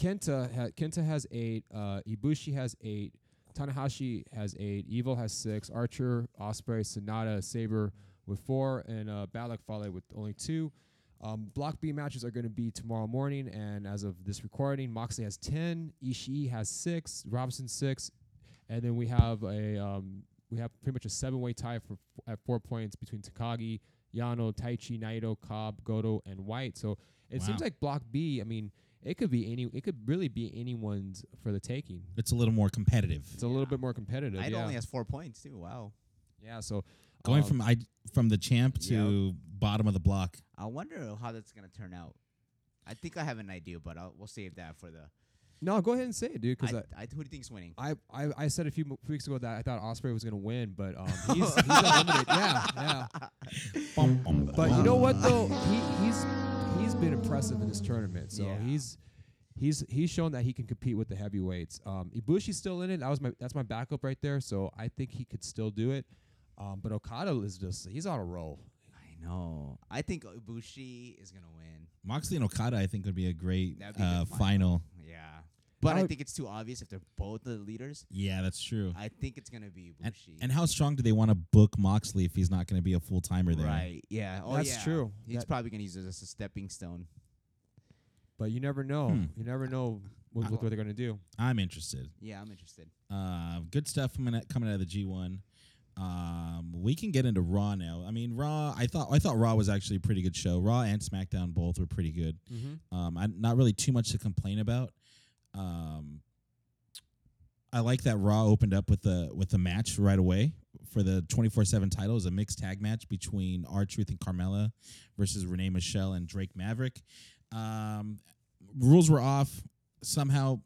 B: Kenta ha- Kenta has eight. Uh, Ibushi has eight. Tanahashi has eight. Evil has six. Archer, Osprey, Sonata, Saber with four, and uh, Balak Fale with only two. Um, block B matches are going to be tomorrow morning, and as of this recording, Moxley has ten, Ishii has six, Robinson six, and then we have a um, we have pretty much a seven way tie for at four points between Takagi, Yano, Taichi, Naito, Cobb, Goto, and White. So it seems
A: Wow.
B: like Block B. I mean, it could be any. It could really be anyone's for the taking.
A: It's a little more competitive.
B: It's a little bit more competitive.
C: Ida
B: yeah.
C: only has four points too. Wow.
B: yeah. So
A: Going
B: um,
A: from I from the champ to bottom of the block.
C: I wonder how that's gonna turn out. I think I have an idea, but I'll, we'll save that for the.
B: No, go ahead and say it, dude. Because
C: I, I, who do you think's winning?
B: I, I, I said a few mo- weeks ago that I thought Osprey was gonna win, but um, he's, he's unlimited. Yeah, yeah.
A: Bum, bum,
B: But you
A: bum.
B: know what though, he, he's he's been impressive in this tournament. So
C: Yeah.
B: he's he's he's shown that he can compete with the heavyweights. Um, Ibushi's still in it. That was my that's my backup right there. So I think he could still do it. Um, but Okada is just he's on a roll.
C: I know. I think Ibushi is gonna win.
A: Moxley and Okada, I think, would be a great
C: That'd be a
A: uh,
C: good final.
A: final.
C: Yeah, but I
B: would-
C: think it's too obvious if they're both the leaders.
A: Yeah, that's true.
C: I think it's gonna be
A: And,
C: Ibushi.
A: and how strong do they want to book Moxley if he's not going to be a full timer there?
C: right? Yeah. Oh,
B: That's
C: yeah.
B: true.
C: He's
B: That-
C: probably gonna use it as a stepping stone.
B: But you never know.
A: Hmm.
B: You never know what, what they're gonna do.
A: I'm interested.
C: Yeah, I'm interested.
A: Uh, good stuff coming out, coming out of the G1. Um, we can get into Raw now. I mean, Raw. I thought I thought Raw was actually a pretty good show. Raw and SmackDown both were pretty good.
B: Mm-hmm.
A: Um, I, not really too much to complain about. Um, I like that Raw opened up with the with the match right away for the twenty four seven title. It was a mixed tag match between R Truth and Carmella versus Renee Michelle and Drake Maverick. Um, rules were off somehow.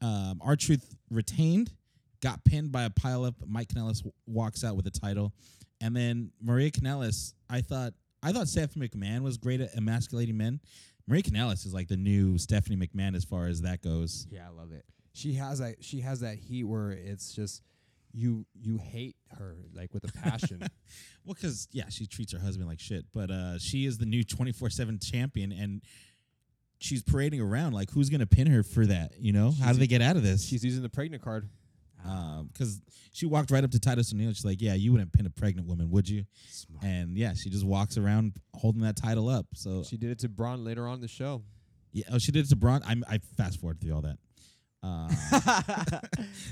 A: Um, R Truth retained, got pinned by a pileup. Mike Kanellis w- walks out with the title, and then Maria Kanellis. I thought I thought Stephanie McMahon was great at emasculating men. Maria Kanellis is like the new Stephanie McMahon as far as that goes.
C: Yeah, I love it.
B: she has that she has that heat where it's just you you hate her like with a passion.
A: Well, because yeah, she treats her husband like shit, but uh, she is the new twenty four seven champion, and she's parading around like who's gonna pin her for that? You know, how do
B: She's-
A: they get out of this?
B: She's using the pregnant card.
A: because she walked right up to Titus O'Neil. She's like, "Yeah, you wouldn't pin a pregnant woman, would you?"
C: Smart.
A: And yeah, she just walks around holding that title up. So
B: She did it to Braun later on in the show.
A: yeah, oh, she did it to Braun. I'm, I fast forward through all that. Uh,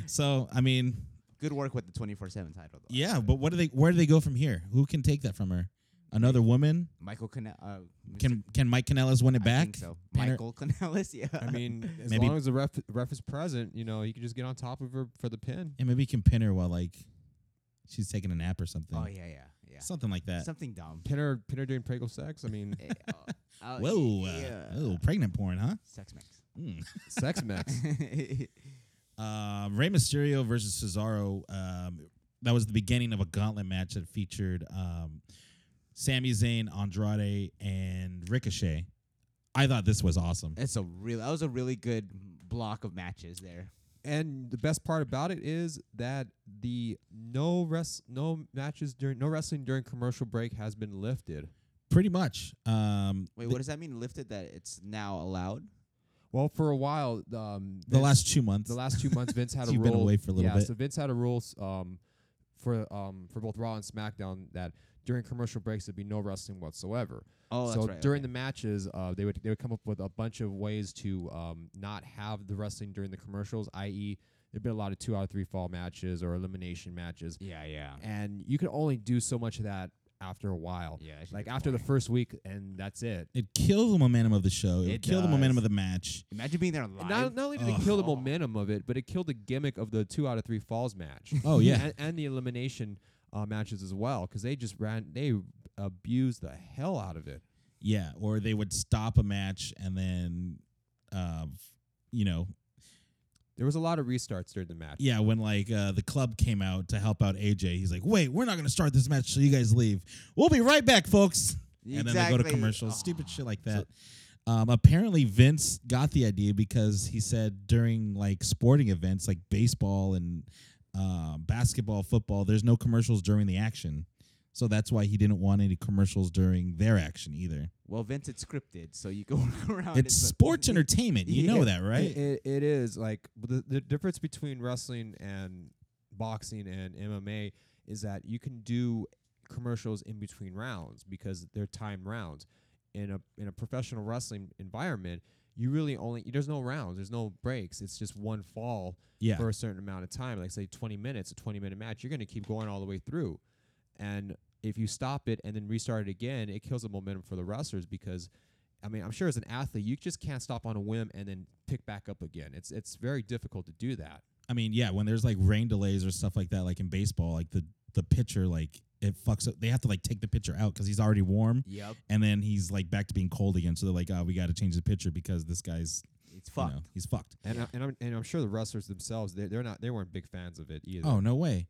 A: so I mean,
C: Good work with the 24/7 title. Though.
A: yeah, but what do they? Where do they go from here? Who can take that from her? Another woman?
C: Michael Canales. Uh,
A: Can Can Mike Canellas win it back?
C: I think so.
A: Pin her-
C: Michael Canales. Yeah.
B: I mean, as
A: Maybe-
B: long as the ref ref is present, you know, you can just get on top of her for the pin.
A: And maybe you can pin her while like she's taking a nap or something.
C: Oh yeah, yeah, yeah.
A: something like that.
C: Something dumb.
B: Pin her, pin her during pregnant sex. I mean,
C: Eh, oh, oh,
A: Whoa,
C: yeah.
A: uh, oh, pregnant porn, huh?
C: Sex mix.
A: Mm.
B: sex max.
A: Um, Rey Mysterio versus Cesaro. Um, that was the beginning of a gauntlet match that featured um, Sami Zayn, Andrade, and Ricochet. I thought this was awesome.
C: That's a real. That was a really good block of matches there.
B: And the best part about it is that the no rest, no matches during, no wrestling during commercial break has been lifted.
A: Pretty much. Um,
C: Wait, what does that mean? Lifted that it's now allowed.
B: Well, for a while, um,
A: the
B: Vince-
A: last two months.
B: the last two months Vince had
A: So
B: a
A: you've
B: rule.
A: been away for a little
B: yeah,
A: bit.
B: so Vince had a rule s- um, for um, for both Raw and SmackDown that during commercial breaks there'd be no wrestling whatsoever.
C: Oh,
B: so
C: that's right.
B: during the matches, uh, they would they would come up with a bunch of ways to um, not have the wrestling during the commercials, i.e., there'd been a lot of two out of three fall matches or elimination matches,
C: the yeah, yeah,
B: and you could only do so much of that after a while.
C: yeah. that should
B: Like
C: be
B: after the
C: boring.
B: first week, and that's it.
A: it killed the momentum of the show. It,
C: It
A: would killed the
C: does.
A: momentum of the match.
C: Imagine being there
B: And
C: live.
B: Not, not only did
A: Ugh.
B: it kill the momentum of it, but it killed the gimmick of the two out of three falls match.
A: Oh, yeah.
B: and, and the elimination uh, matches as well, because they just ran, they abused the hell out of it.
A: Yeah, or they would stop a match and then, uh, you know,
B: There was a lot of restarts during the match.
A: Yeah, when like uh, the club came out to help out AJ, he's like, "Wait, we're not going to start this match till you guys leave. We'll be right back, folks." And then they go to
C: Exactly.
A: commercials,
B: Oh.
C: Ah.
A: stupid shit like that. um, apparently, Vince got the idea because he said during like sporting events, like baseball and uh, basketball, football, there's no commercials during the action, so that's why he didn't want any commercials during their action either.
C: Well, Vince, it's scripted, so you go around.
A: It's
C: a-
A: sports entertainment, you know that, right?
B: It, it, it is like the, the difference between wrestling and boxing and MMA is that you can do commercials in between rounds because they're timed rounds. In a in a professional wrestling environment, you really only there's no rounds, there's no breaks. It's just one fall
A: yeah,
B: for a certain amount of time, like say 20 minutes, a 20 minute match, you're going to keep going all the way through. And if you stop it and then restart it again, it kills the momentum for the wrestlers because, I mean, I'm sure as an athlete, you just can't stop on a whim and then pick back up again. It's it's very difficult to do that.
A: I mean, yeah, when there's like rain delays or stuff like that, like in baseball, like the the pitcher like it fucks up. They have to like take the pitcher out because he's already warm,
C: Yep.
A: and then he's like back to being cold again. So they're like, oh, we got to change the pitcher because this guy's
C: It's
A: you know,
C: fucked.
A: he's fucked.
B: And I, and I'm and I'm sure the wrestlers themselves they they're not they weren't big fans of it either.
A: Oh no way!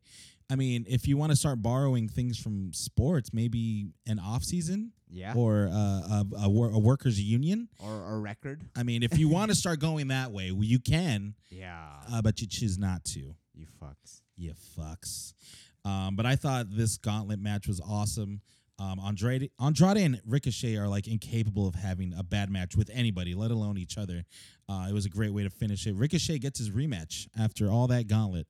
A: I mean, if you want to start borrowing things from sports, maybe an off season
C: Yeah.
A: or uh, a, a, wor- a workers union.
C: Or a record.
A: I mean, if you want to start going that way, well, you can,
C: Yeah.
A: uh, but you choose not to.
C: you fucks.
A: You fucks. Um, but I thought this gauntlet match was awesome. Um, Andrade, Andrade and Ricochet are like incapable of having a bad match with anybody, let alone each other. Uh, it was a great way to finish it. Ricochet gets his rematch after all that gauntlet,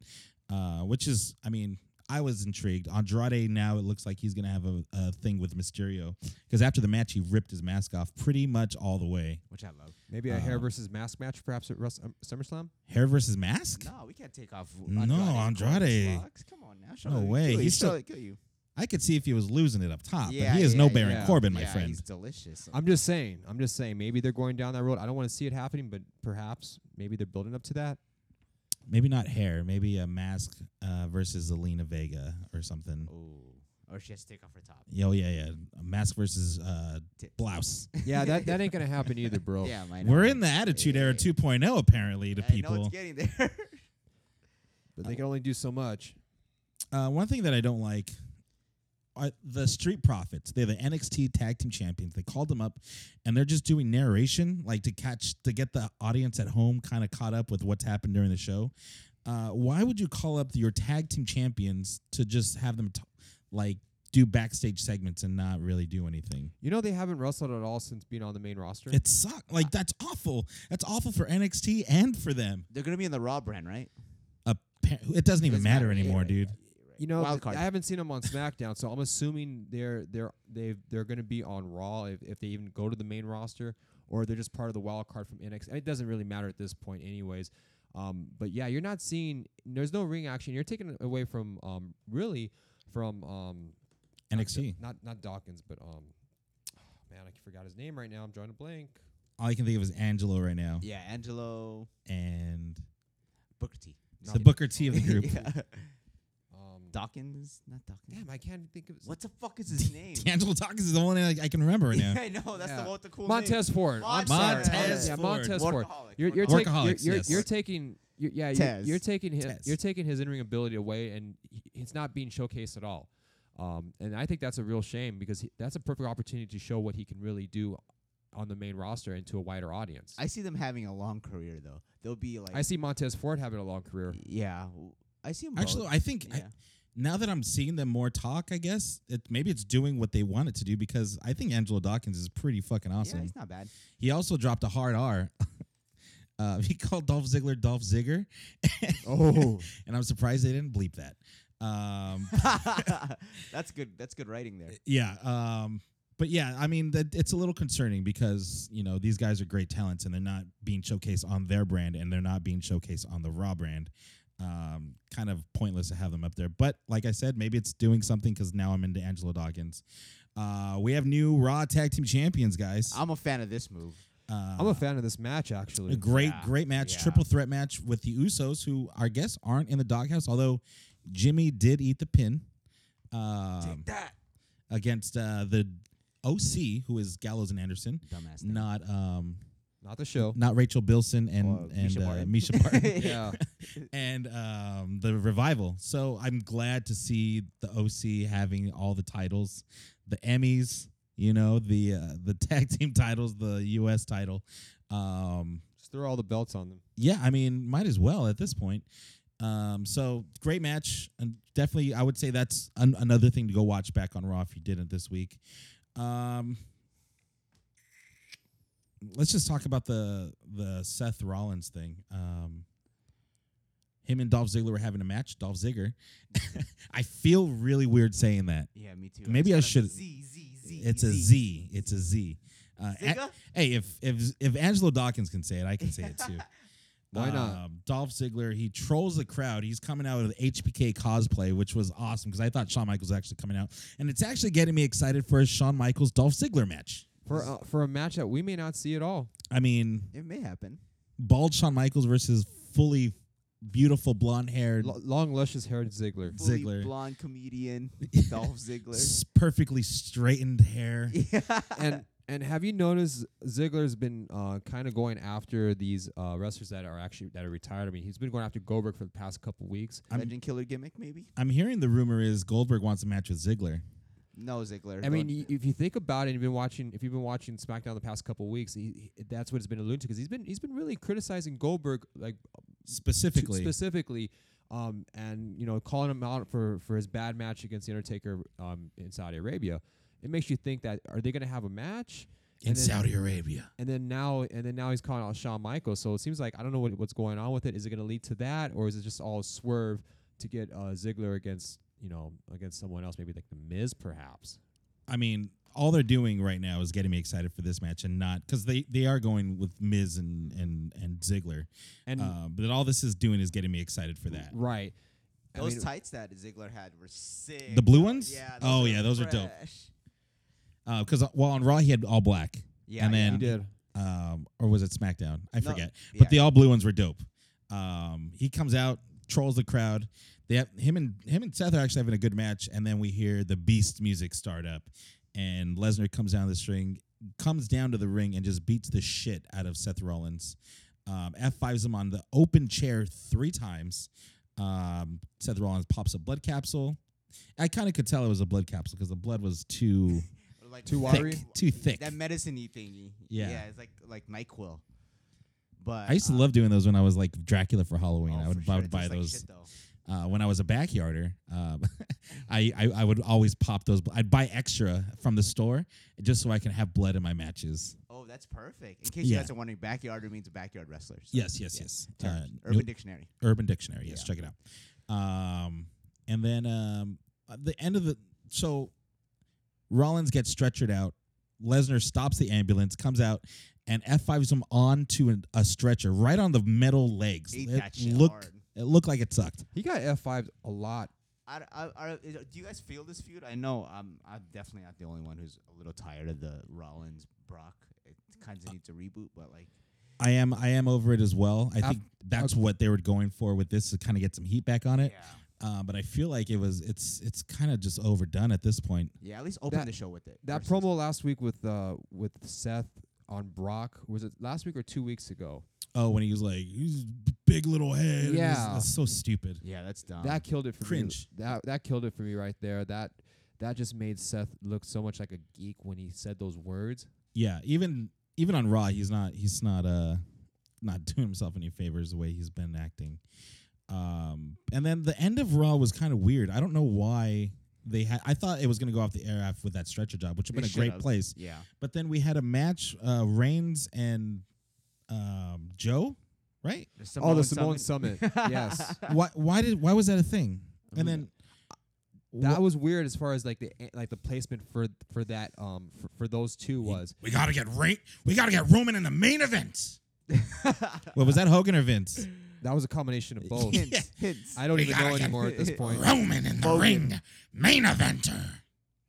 A: uh, which is, I mean, I was intrigued. Andrade now it looks like he's gonna have a, a thing with Mysterio because after the match he ripped his mask off pretty much all the way.
C: Which I love.
B: Maybe a
A: Uh,
B: hair versus mask match, perhaps at Rus- um, SummerSlam.
A: Hair versus mask.
C: No, we can't take off.
A: No,
C: Andrade's corner
A: Andrade.
C: blocks. Come on now. Show
A: No
C: it.
A: way,
C: Kill you,
A: he's
C: show
A: still-
C: it, kill you.
A: I could see if he was losing it up top,
C: Yeah,
A: but he is
C: yeah,
A: no Baron
B: yeah.
A: Corbin, my
C: yeah,
A: friend. Ah.
C: He's delicious.
B: I'm just saying. I'm just saying. Maybe they're going down that road. I don't want to see it happening, but perhaps maybe they're building up to that.
A: maybe not hair, maybe a mask uh, versus Alina Vega or something.
C: Ooh. Or she has to take off her top.
A: Yo, yeah, yeah, a mask versus uh,
C: Tits.
A: blouse.
B: Yeah, that, that ain't gonna happen either, bro.
C: Yeah, mine.
A: We're in the Attitude Era 2.0 apparently to
C: I know
A: people.
C: it's getting there.
B: But they can only do so much.
A: Uh, one thing that I don't like are the Street Profits. They're the NXT Tag Team Champions. They called them up, and they're just doing narration, like to catch to get the audience at home kind of caught up with what's happened during the show. Uh, why would you call up your tag team champions to just have them t- like do backstage segments and not really do anything?
B: You know they haven't wrestled at all since being on the main roster.
A: It sucked. Like that's awful. That's awful for NXT and for them.
C: They're gonna be in the Raw brand, right?
A: Appa- It doesn't even
C: Doesn't
A: matter
C: matter.
A: anymore,
C: Right.
A: dude.
B: you know,
C: Wild
B: th-
C: card.
B: I haven't seen them on SmackDown, so I'm assuming they're they're they've they're gonna be on Raw if, if they even go to the main roster, or they're just part of the wild card from NXT. It doesn't really matter at this point, anyways. Um, but yeah, you're not seeing. There's no ring action. You're taken away from um really from um not Do-
A: NXT.
B: Not not Dawkins, but um, man, I forgot his name right now. I'm drawing a blank.
A: All I can think of is Angelo right now,
C: Yeah, Angelo
A: and
C: Booker T.
A: the Booker T of the group.
C: yeah.
B: Um,
C: Dawkins, not Dawkins.
B: damn, I can't think of his
C: What the fuck is his name?
A: D'Angelo Dawkins is the only I, I can remember right now.
C: I know that's
B: Yeah.
C: the one with the cool
B: Montez Ford. I'm sorry.
C: Montez
B: yeah,
A: Ford.
B: Montez Ford.
C: Workaholic,
B: You're, you're,
A: workaholic.
B: take, you're,
A: Workaholics,
B: you're,
A: yes.
B: you're taking. You're, yeah, you're,
C: Tez.
B: you're taking his.
A: Tez.
B: You're taking his in-ring ability away, and he- it's not being showcased at all. Um, and I think that's a real shame because he, that's a perfect opportunity to show what he can really do on the main roster and to a wider audience. I,
C: I see them having a long career though. They'll be like,
B: see Montez Ford having a long career.
C: yeah, w- I see them.
A: Actually,
C: both.
A: I think I,
C: yeah.
A: now that I'm seeing them more talk, I guess it maybe it's doing what they want it to do because I think Angelo Dawkins is pretty fucking
C: yeah,
A: awesome.
C: he's not bad.
A: he also dropped a hard R. uh, he called Dolph Ziggler Dolph Zigger,
B: Oh,
A: and I'm surprised they didn't bleep that. Um,
C: that's good. That's good writing there.
A: yeah um but yeah i mean that it's a little concerning because you know these guys are great talents and they're not being showcased on their brand and they're not being showcased on the raw brand um kind of pointless to have them up there but like i said maybe it's doing something because now i'm into angelo dawkins uh we have new raw tag team champions guys
C: I'm a fan of this move.
A: uh,
B: I'm a fan of this match actually.
A: a great
C: Yeah,
A: great match
C: yeah.
A: triple threat match with the usos who i guess aren't in the doghouse although jimmy did eat the pin um,
C: that
A: against uh, the OC, who is Gallows and Anderson,
C: dumbass. name.
A: not um,
B: Not the show.
A: not Rachel Bilson and
C: Or
A: and
C: Misha
A: Misha Barton, uh, Misha
C: Barton.
A: Barton
B: yeah.
A: and um, the revival. So I'm glad to see the OC having all the titles, the Emmys, you know, the uh, the tag team titles, the U.S. title. Um,
B: Just throw all the belts on them.
A: yeah, I mean, might as well at this point. Um, so great match, and definitely, I would say that's an- another thing to go watch back on Raw if you didn't this week. Um, let's just talk about the the Seth Rollins thing. Um, him and Dolph Ziggler were having a match. Dolph Ziggler. I feel really weird saying that.
C: yeah, me too.
A: Maybe I
C: It's got a
A: should-
C: Z Z Z.
A: It's a Z. It's a Z. Uh, a-
C: Zigga?
A: hey, if if if Angelo Dawkins can say it, I can say it too.
B: Why not?
A: Um, Dolph Ziggler, he trolls the crowd. He's coming out with HBK cosplay, which was awesome because I thought Shawn Michaels was actually coming out. And it's actually getting me excited for a Shawn Michaels Dolph Ziggler match.
B: For uh, for a match that we may not see at all.
A: I mean,
C: It may happen.
A: bald Shawn Michaels versus fully beautiful blonde haired,
B: Lo- long, luscious haired Ziggler.
A: Z-
C: fully
A: Ziggler.
C: blonde comedian Dolph Ziggler.
A: s- perfectly straightened hair.
C: yeah.
B: and and have you noticed Ziggler's been uh, kind of going after these uh, wrestlers that are actually that are retired? I mean, he's been going after Goldberg for the past couple weeks.
A: I'm-
C: Legend killer gimmick maybe?
A: I'm hearing the rumor is Goldberg wants a match with Ziggler.
C: No Ziggler.
B: I mean,
C: Don't-
B: y- if you think about it, you've been watching. If you've been watching SmackDown the past couple weeks, he, he- that's what it's been alluded to because he's been he's been really criticizing Goldberg like t-
A: Specifically,
B: specifically, um, and you know calling him out for for his bad match against the Undertaker um, in Saudi Arabia. It makes you think that are they going to have a match?
A: in
B: and then-
A: Saudi Arabia.
B: And then now, and then now he's calling out Shawn Michaels. So it seems like I don't know what, what's going on with it. Is it going to lead to that, or is it just all swerve to get uh, Ziggler against you know against someone else, maybe like the Miz, perhaps?
A: I mean, all they're doing right now is getting me excited for this match and not because they, they are going with Miz and and and Ziggler,
B: And
A: uh, but all this is doing is getting me excited for that.
B: right, I
C: those
B: mean,
C: tights that Ziggler had were sick.
A: The blue
C: though.
A: ones?
C: Yeah.
A: Oh, yeah, those are dope.
C: fresh.
A: Because Uh, well, on Raw he had all black,
C: Yeah.
A: And
B: he
A: then-
B: did.
A: um, or was it SmackDown? I
C: No,
A: forget.
C: yeah.
A: But the all blue ones were dope. Um, he comes out, trolls the crowd. They have, him and him and Seth are actually having a good match, and then we hear the Beast music start up, and Lesnar comes down the string, comes down to the ring, and just beats the shit out of Seth Rollins. Um, F fives him on the open chair three times. Um, Seth Rollins pops a blood capsule. I kind of could tell it was a blood capsule because the blood was too
C: yeah. Or like
B: Too
C: that-
B: watery?
A: too thick.
C: That medicine-y thingy.
A: Yeah.
C: Yeah. It's like like Nyquil. But
A: I used to
C: uh,
A: love doing those when I was like Dracula for Halloween.
C: oh,
A: I
C: for
A: would,
C: sure,
A: I
C: it
A: would buy
C: tastes like
A: those.
C: shit, though.
A: uh, when I was a backyarder, um, I, I I would always pop those. I'd buy extra from the store just so I can have blood in my matches.
C: Oh, that's perfect. In case you
A: Yeah.
C: guys are wondering, backyarder means backyard wrestlers.
A: Yes, yes, yes. Uh,
C: Urban
A: New-
C: Dictionary.
A: Urban Dictionary. Yes,
C: Yeah.
A: check it out. Um, and then um, at the end of the so Rollins gets stretchered out. Lesnar stops the ambulance, comes out, and F5s him onto an, a stretcher right on the metal legs.
C: Ate
A: it
C: that shit
A: looked
C: hard.
A: it looked like it sucked.
B: He got F fives a lot.
C: I, I, I, do you guys feel this feud? I know I'm, I'm definitely not the only one who's a little tired of the Rollins Brock. It kind
A: Uh,
C: of needs a reboot, but like,
A: I am I am over it as well. I
B: Af-
A: think that's what they were going for with this to kind of get some heat back on
C: yeah,
A: it. Uh, but I feel like it was it's it's kind of just overdone at this point.
C: yeah. At least open
B: That-
C: the show with it.
B: That
C: versus-
B: promo last week with uh with Seth on Brock was it last week or two weeks ago?
A: Oh, when he was like, he's big little head. and this-
B: Yeah.
A: that's so stupid.
C: Yeah, that's dumb.
B: that killed it for
A: cringe.
B: me. That that killed it for me right there. That that just made Seth look so much like a geek when he said those words.
A: Yeah, even even on Raw, he's not he's not uh not doing himself any favors the way he's been acting. Um, and then the end of Raw was kind of weird. I don't know why they had. I thought it was gonna go off the air after with that stretcher job, which would
C: They
A: have been a great
C: should've.
A: place.
C: Yeah,
A: But then we had a match, uh, Reigns and um, Joe, right?
C: the
B: oh, the Samoan Summit. yes,
A: why? Why did? Why was that a thing?
B: Mm.
A: And then
B: that
A: wha-
B: was weird as far as like the eh, like the placement for for that um for, for those two was.
A: we gotta get Ra- We gotta get Roman in the main event. What was that, Hogan or Vince?
B: That was a combination of both.
A: Yeah.
C: hints, hints.
B: I don't
A: We
B: even
A: gotta
B: know
A: get
B: anymore at this point.
A: Roman in the ring, main eventer.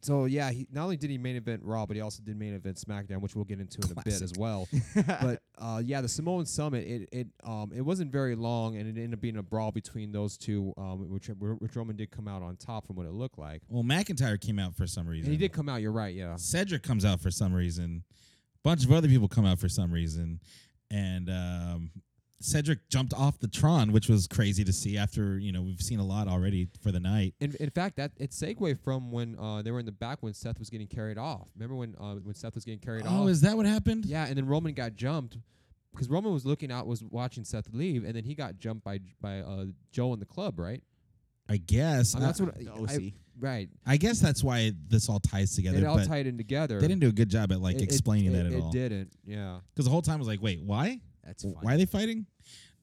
B: So yeah, he not only did he main event Raw, but he also did main event SmackDown, which we'll get into in a bit as well. but uh, yeah, the Samoan Summit it it um it wasn't very long, and it ended up being a brawl between those two, um which which Roman did come out on top from what it looked like.
A: Well, McIntyre came out for some reason.
B: And he did come out. You're right. Yeah.
A: Cedric comes out for some reason. Bunch of other people come out for some reason, and um, Cedric jumped off the Tron, which was crazy to see. After you know we've seen a lot already for the night.
B: In, in fact, that it segued from when uh, they were in the back when Seth was getting carried off. Remember when uh, when Seth was getting carried
A: Oh,
B: off?
A: is that what happened?
B: yeah, and then Roman got jumped because Roman was looking out, was watching Seth leave, and then he got jumped by by uh, Joe in the club, right?
A: I guess.
B: Uh, that's what
C: The
B: I-
C: OC.
B: Right.
A: I guess that's why this all ties together.
B: it all
A: but
B: tied in together.
A: they didn't do a good job at like
B: It- it-
A: explaining
B: it,
A: that at
B: it
A: all.
B: didn't. Yeah.
A: Because the whole time I was like, wait, why?
C: That's
A: W-
C: fine.
A: Why are they fighting?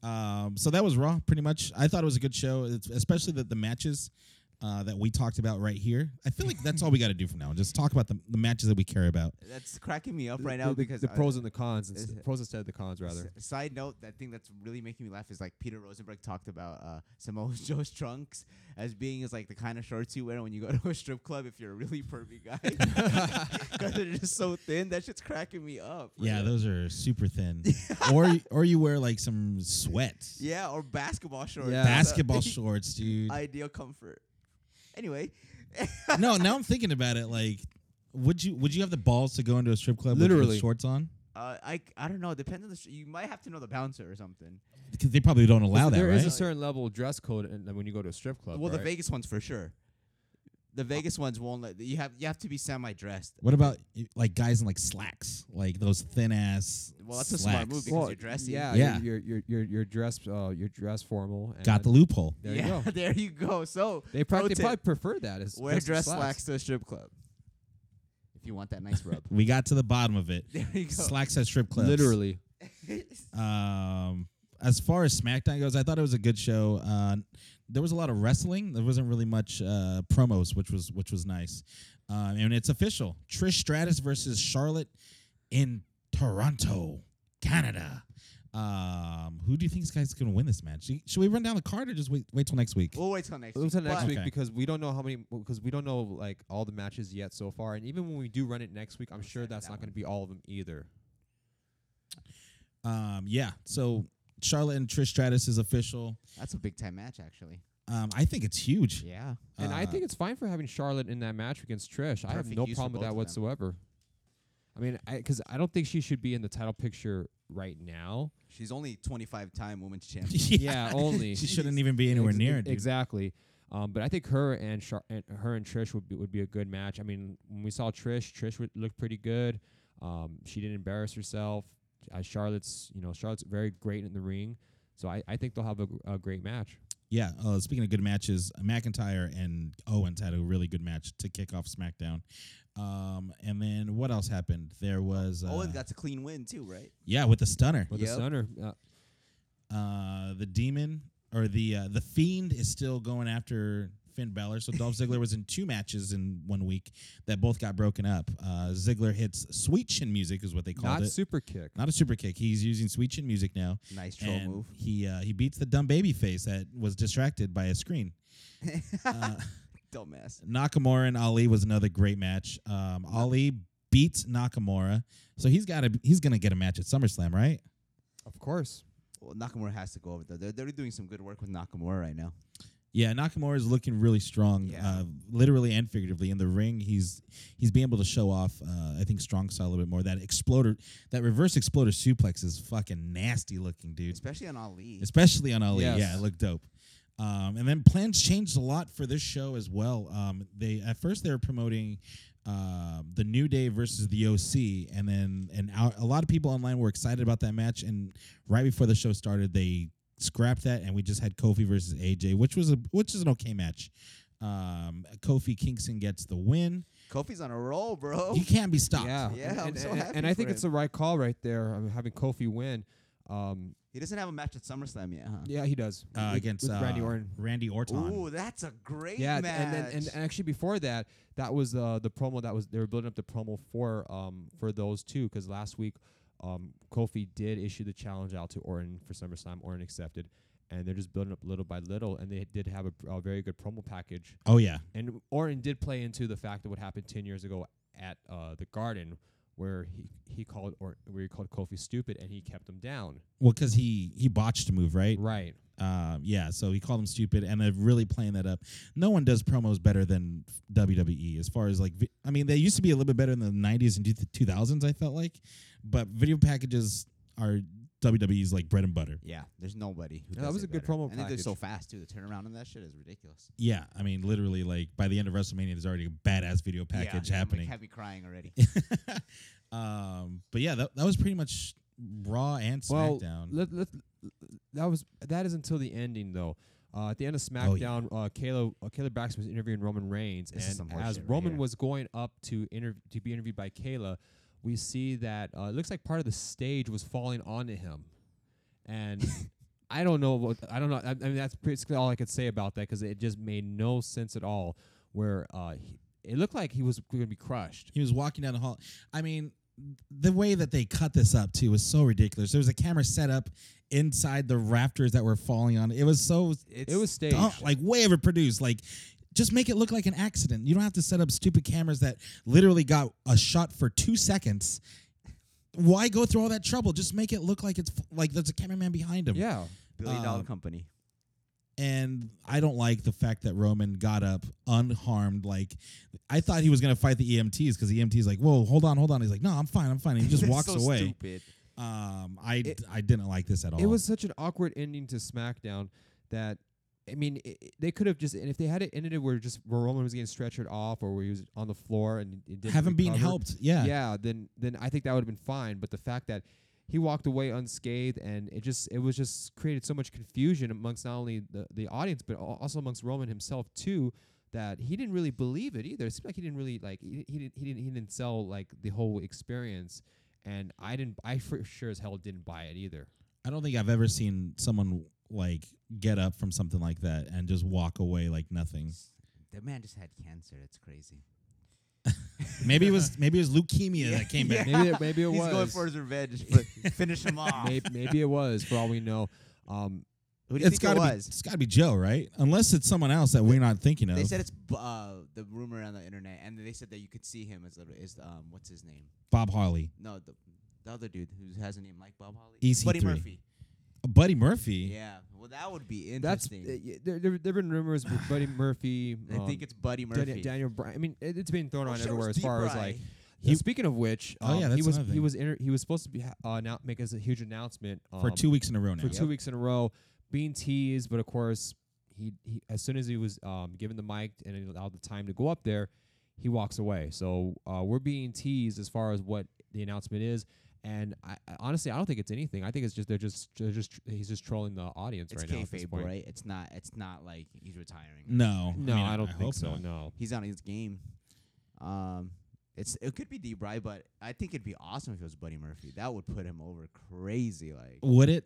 A: Um, so that was Raw, pretty much. I thought it was a good show, it's- especially that the matches uh, that we talked about right here. I feel like that's all we got to do from now on. Just talk about the, the matches that we care about.
C: That's cracking me up
B: The-
C: right
B: the-
C: now
B: the-
C: because
B: the
C: I-
B: pros and the cons, and
C: is
B: s-
C: it-
B: pros instead of the cons
C: s-
B: rather.
C: Side note, that thing that's really making me laugh is like Peter Rosenberg talked about uh, Samoa Joe's trunks as being is like the kind of shorts you wear when you go to a strip club if you're a really pervy guy. Because they're just so thin. That shit's cracking me up. for
A: Yeah,
C: real.
A: those are super thin. or y- or you wear like some sweats,
C: Yeah, or basketball shorts.
B: Yeah.
C: That's a-
A: basketball shorts, dude.
C: Ideal comfort. Anyway,
A: no, now I'm thinking about it. Like, would you would you have the balls to go into a strip club with- with,
B: Literally.
A: shorts on?
C: uh, I c- I don't know. Depends on the. Sh- you might have to know the bouncer or something.
A: Because they probably don't allow that,
B: there
A: right?
B: is a certain level of dress code and when you go to a strip club.
C: well, the
B: right?
C: Vegas ones for sure. The Vegas ones won't let you have. You have to be semi-dressed.
A: what about y- like guys in like slacks, like those thin ass?
C: Well, that's a
A: slacks.
C: smart move because you're dressy.
B: Yeah,
A: Yeah.
B: You're, you're you're you're dressed uh you're dressed formal. And
A: Got the loophole.
B: There
C: yeah,
B: you go.
C: there you go. So
B: They probably,
C: pro
B: probably
C: tip,
B: prefer that. Is
C: wear dress slacks.
B: slacks.
C: to a strip club if you want that nice rub.
A: We got to the bottom of it.
C: there you go.
A: Slacks at strip clubs.
B: Literally.
A: Um, as far as SmackDown goes, I thought it was a good show. Uh, there was a lot of wrestling. There wasn't really much uh, promos, which was which was nice. Um, and it's official: Trish Stratus versus Charlotte in Toronto, Canada. Um, who do you think this guy's gonna win this match? Should- Should we run down the card or just wait wait till next week?
B: Oh.
C: We'll wait till next.
B: We'll until
C: week,
B: next
C: but
B: week
A: Okay.
B: because we don't know how many because we don't know like all the matches yet so far, and even when we do run it next week, I'm sure
C: sad
B: that's
C: that
B: not going
C: one.
B: to be all of them either.
A: Um, yeah. So Charlotte and Trish Stratus is official.
C: That's a big time match, actually.
A: Um, I think it's huge.
C: Yeah.
B: and I
A: Uh,
B: think it's fine for having Charlotte in that match against Trish. I have
C: Perfect
B: no
C: use for
B: problem with that
C: both of them.
B: whatsoever. I mean, because I, don't think she should be in the title picture right now.
C: She's only 25 time women's champion.
B: Yeah, only
A: She shouldn't even be anywhere
B: Ex-
A: near
B: ex-
A: it. dude.
B: Exactly. Um, but I think her and, Char- and her and Trish would be, would be a good match. I mean, when we saw Trish, Trish would look pretty good. Um, she didn't embarrass herself. Uh, Charlotte's, you know, Charlotte's very great in the ring. So I, I think they'll have a, gr- a great match.
A: Yeah. Uh, speaking of good matches, McIntyre and Owens had a really good match to kick off SmackDown. Um, and then what else happened? There was uh,
C: Owen got a clean win too, right?
A: yeah with the stunner.
B: With the
C: Yep.
B: stunner, uh,
A: Uh, the demon or the uh, the fiend is still going after Finn Balor. So Dolph Ziggler was in two matches in one week that both got broken up. Uh, Ziggler hits sweet chin music is what they called
B: not
A: it.
B: super kick.
A: not a super kick. He's using sweet chin music now.
C: Nice troll
A: and
C: move.
A: He uh, he beats the dumb baby face that was distracted by a screen. Uh,
C: Dumbass.
A: Nakamura and Ali was another great match. Um, Ali beats Nakamura, so he's got to he's gonna get a match at SummerSlam, right?
B: Of course.
C: Well, Nakamura has to go over though. They're, they're doing some good work with Nakamura right now.
A: Yeah, Nakamura is looking really strong,
C: Yeah.
A: uh, literally and figuratively in the ring. He's he's being able to show off. Uh, I think strong style a little bit more. That exploder, that reverse exploder suplex is fucking nasty looking, dude.
C: Especially on Ali.
A: especially on Ali.
B: Yes.
A: Yeah, it looked dope. Um, and then plans changed a lot for this show as well. Um, they at first they were promoting uh, the New Day versus the OC, and then and out, a lot of people online were excited about that match. And right before the show started, they scrapped that, and we just had Kofi versus AJ, which was a which is an okay match. Um, Kofi Kingston gets the win.
C: Kofi's on a roll, bro.
A: He can't be stopped.
B: Oh. Yeah.
C: Yeah,
B: and,
C: I'm
B: and-
C: so
B: and-
C: happy
B: and I
C: for
B: think it's the
C: him.
B: right call right there. I'm having Kofi win. Um,
C: He doesn't have a match at SummerSlam yet, huh?
B: yeah, he does
A: Uh,
B: With-
A: against
B: with
A: uh,
B: Randy Orton.
A: Randy Orton.
C: Ooh, that's a great
B: yeah,
C: match.
B: and then and, and actually before that, that was uh, the promo that was they were building up the promo for um for those two because last week, um Kofi did issue the challenge out to Orton for SummerSlam. Orton accepted, and they're just building up little by little, and they did have a, pr- a very good promo package.
A: Oh yeah.
B: And Orton did play into the fact that what happened ten years ago at uh the Garden, where he he called or where he called Kofi stupid, and he kept him down.
A: Well, because he he botched a move, right?
B: Right.
A: Um, yeah, so he called him stupid, and they're really playing that up. No one does promos better than WWE as far as like, vi- I mean, they used to be a little bit better in the '90s and two thousands. I felt like, but video packages are WWE's like bread and butter.
C: yeah, there's nobody. Who
B: Yeah, that
C: does
B: was
C: it
B: a good
C: better.
B: promo
C: And then they're
B: package.
C: so fast too. The turnaround on that shit is ridiculous.
A: Yeah, I mean, literally, like by the end of WrestleMania, there's already a badass video package
C: yeah, I'm
A: happening.
C: like, have me crying already.
A: um, but yeah, that, that was pretty much Raw and
B: Well,
A: SmackDown.
B: Let, let, that was that is until the ending though. Uh, at the end of
A: Oh, yeah.
B: SmackDown, uh, Kayla uh, Kayla Braxton was interviewing Roman Reigns,
C: This is some
B: and
C: horse
B: as
C: shit right
B: Roman
C: here.
B: was going up to interv- to be interviewed by Kayla, we see that uh, it looks like part of the stage was falling onto him, and I don't know what I don't know. I, I mean, that's basically all I could say about that because it just made no sense at all. Where uh, he, it looked like he was going to be crushed.
A: He was walking down the hall. I mean, the way that they cut this up too was so ridiculous. There was a camera set up inside the rafters that were falling on. It was so
C: It's
B: It was staged.
A: dumb, like way overproduced. Like just make it look like an accident. You don't have to set up stupid cameras that literally got a shot for two seconds. Why go through all that trouble? Just make it look like it's like there's a cameraman behind him.
B: yeah,
C: billion dollar
A: um,
C: company.
A: and I don't like the fact that Roman got up unharmed. Like, I thought he was gonna fight the E EMTs because the EMTs like, "Whoa, hold on, hold on." He's like, "No, I'm fine, I'm fine." And he just
C: It's
A: walks
C: so
A: away.
C: Stupid.
A: Um, I
B: It-
A: I didn't like this at all.
B: it was such an awkward ending to SmackDown that. I mean, i i- they could have just, and if they had it ended where just where Roman was getting stretchered off, or where he was on the floor and it didn't
A: haven't been
B: recover,
A: helped. Yeah.
B: yeah, then then I think that would have been fine. But the fact that he walked away unscathed and it just it was just created so much confusion amongst not only the, the audience but al- also amongst Roman himself too that he didn't really believe it either. It seemed like he didn't really like he, he didn't he didn't he didn't sell like the whole experience. And I didn't. I for sure as hell didn't buy it either.
A: I don't think I've ever seen someone like get up from something like that and just walk away like nothing.
B: Mm.
C: That man just had cancer. It's crazy.
A: Maybe it was maybe it was leukemia that came back.
B: Maybe it, maybe it
C: He's
B: was.
C: going for his revenge, but finish him off.
B: maybe, maybe it was. For all we know, um,
C: Who do you
A: It's
C: think it
A: gotta be
C: was?
A: it's gotta be Joe, right? Unless it's someone else that we're not thinking of.
C: They said it's b- uh, the rumor on the internet, and they said that you could see him as little is um what's his name?
A: Bob Harley,
C: No, the the other dude who has a name like Bob Holly.
B: E
A: EC3.
C: Buddy Murphy.
A: Buddy Murphy.
C: Yeah. Well, that would be
B: that's
C: interesting.
B: uh, y- there. There have been rumors with Buddy Murphy.
C: I
B: um,
C: think it's Buddy Murphy.
B: Dan- Daniel Bryan. I mean, it, it's been thrown
C: Oh,
B: on
C: shit, it
B: everywhere
C: was
B: as far
C: Deep
B: as like.
C: Rye.
A: He-
B: speaking of which,
A: Oh,
B: um,
A: yeah,
B: he
A: that's
B: was
A: another
B: he
A: thing.
B: was inter- he was supposed to be ha- uh, now make us a huge announcement
A: For
B: um,
A: two weeks in a row now.
B: for two weeks in a row, being teased. But of course, he, he as soon as he was um, given the mic and allowed the time to go up there, he walks away. So uh, we're being teased as far as what the announcement is. And I, I- honestly, I don't think it's anything. I think it's just they're just they're just he's just trolling the audience
C: it's
B: right now. at this
C: kayfabe,
B: point.
C: right? It's not. It's not like he's retiring.
A: No,
B: No, I,
A: mean,
B: don't
A: hope
B: think so.
A: not.
B: No,
C: He's on his game. Um, it's it could be D. Bry, but I think it'd be awesome if it was Buddy Murphy. That would put him over crazy. Like
A: Would it,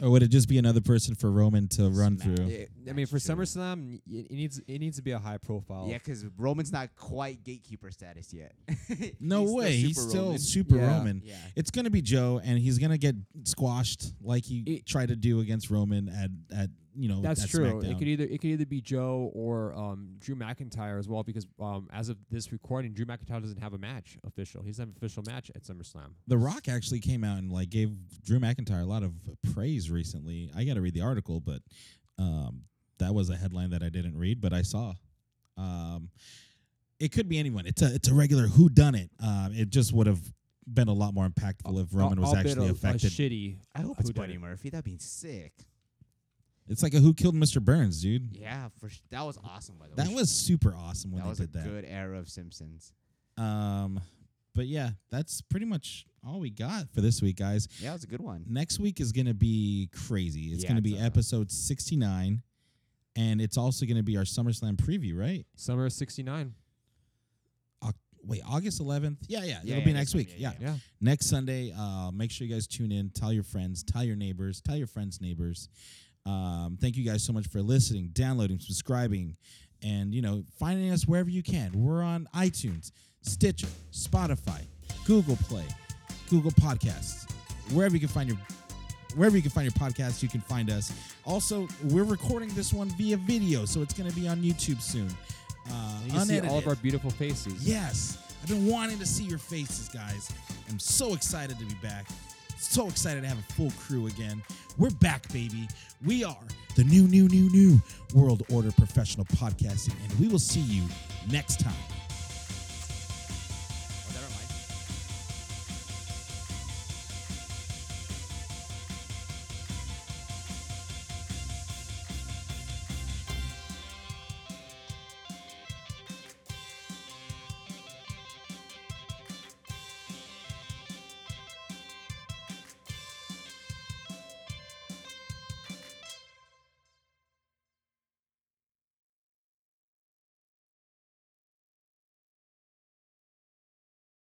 A: or would it just be another person for Roman to run
C: Smack.
A: through?
C: Yeah.
B: I- I mean,
C: That's
B: for
C: true.
B: SummerSlam, y- it needs it needs to be a high profile.
C: Yeah, 'cause Roman's not quite gatekeeper status yet.
A: No
C: still
A: way. he's
C: Super
A: still
C: Roman.
A: super
B: Yeah.
A: Roman.
C: Yeah.
A: It's gonna be Joe, and he's gonna get squashed like he
B: It-
A: tried to do against Roman at at you know.
B: That's
A: at
B: true.
A: Oh, SmackDown.
B: It could either it could either be Joe or um, Drew McIntyre as well because um, as of this recording, Drew McIntyre doesn't have a match official. He doesn't have an official match at SummerSlam.
A: the Rock actually came out and like gave Drew McIntyre a lot of praise recently. I got to read the article, but um, that was a headline that I didn't read, but I saw. Um, it could be anyone. It's a it's a regular who done it. Um, it just would have been a lot more impactful if Roman was
B: Albeit
A: actually
B: a,
A: affected.
B: A shitty.
C: I hope it's
B: whodunit.
C: Buddy Murphy. That'd be sick.
A: It's like a Who Killed Mr. Burns, dude.
C: Yeah, for sh- that was awesome. By the
A: That
C: way,
A: was super awesome when
C: that
A: they
C: was a
A: did that.
C: good era of Simpsons.
A: Um, but yeah, that's pretty much all we got for this week, guys.
C: Yeah, it was a good one.
A: Next week is gonna be crazy. It's
C: Yeah,
A: gonna
C: it's
A: be
C: a-
A: episode sixty nine, and it's also gonna be our SummerSlam preview, right?
B: Summer of '69.
A: Oc- Wait, August 11th? Yeah, yeah.
C: Yeah,
A: it'll
C: yeah,
A: be next
C: next one,
A: week. Yeah,
C: yeah, yeah.
B: Yeah.
A: Next Sunday, uh, make sure you guys tune in. Tell your friends, tell your neighbors, tell your friends' neighbors. Um, thank you guys so much for listening, downloading, subscribing, and, you know, finding us wherever you can. We're on iTunes, Stitcher, Spotify, Google Play, Google Podcasts, wherever you can find your wherever you can find your podcast, you can find us. Also, we're recording this one via video, so it's going to be on YouTube soon. Uh,
B: And you can see all
A: unedited.
B: of our beautiful faces.
A: Yes. I've been wanting to see your faces, guys. I'm so excited to be back. So excited to have a full crew again. We're back, baby. We are the new, new, new, new World Order Professional Podcasting, and we will see you next time.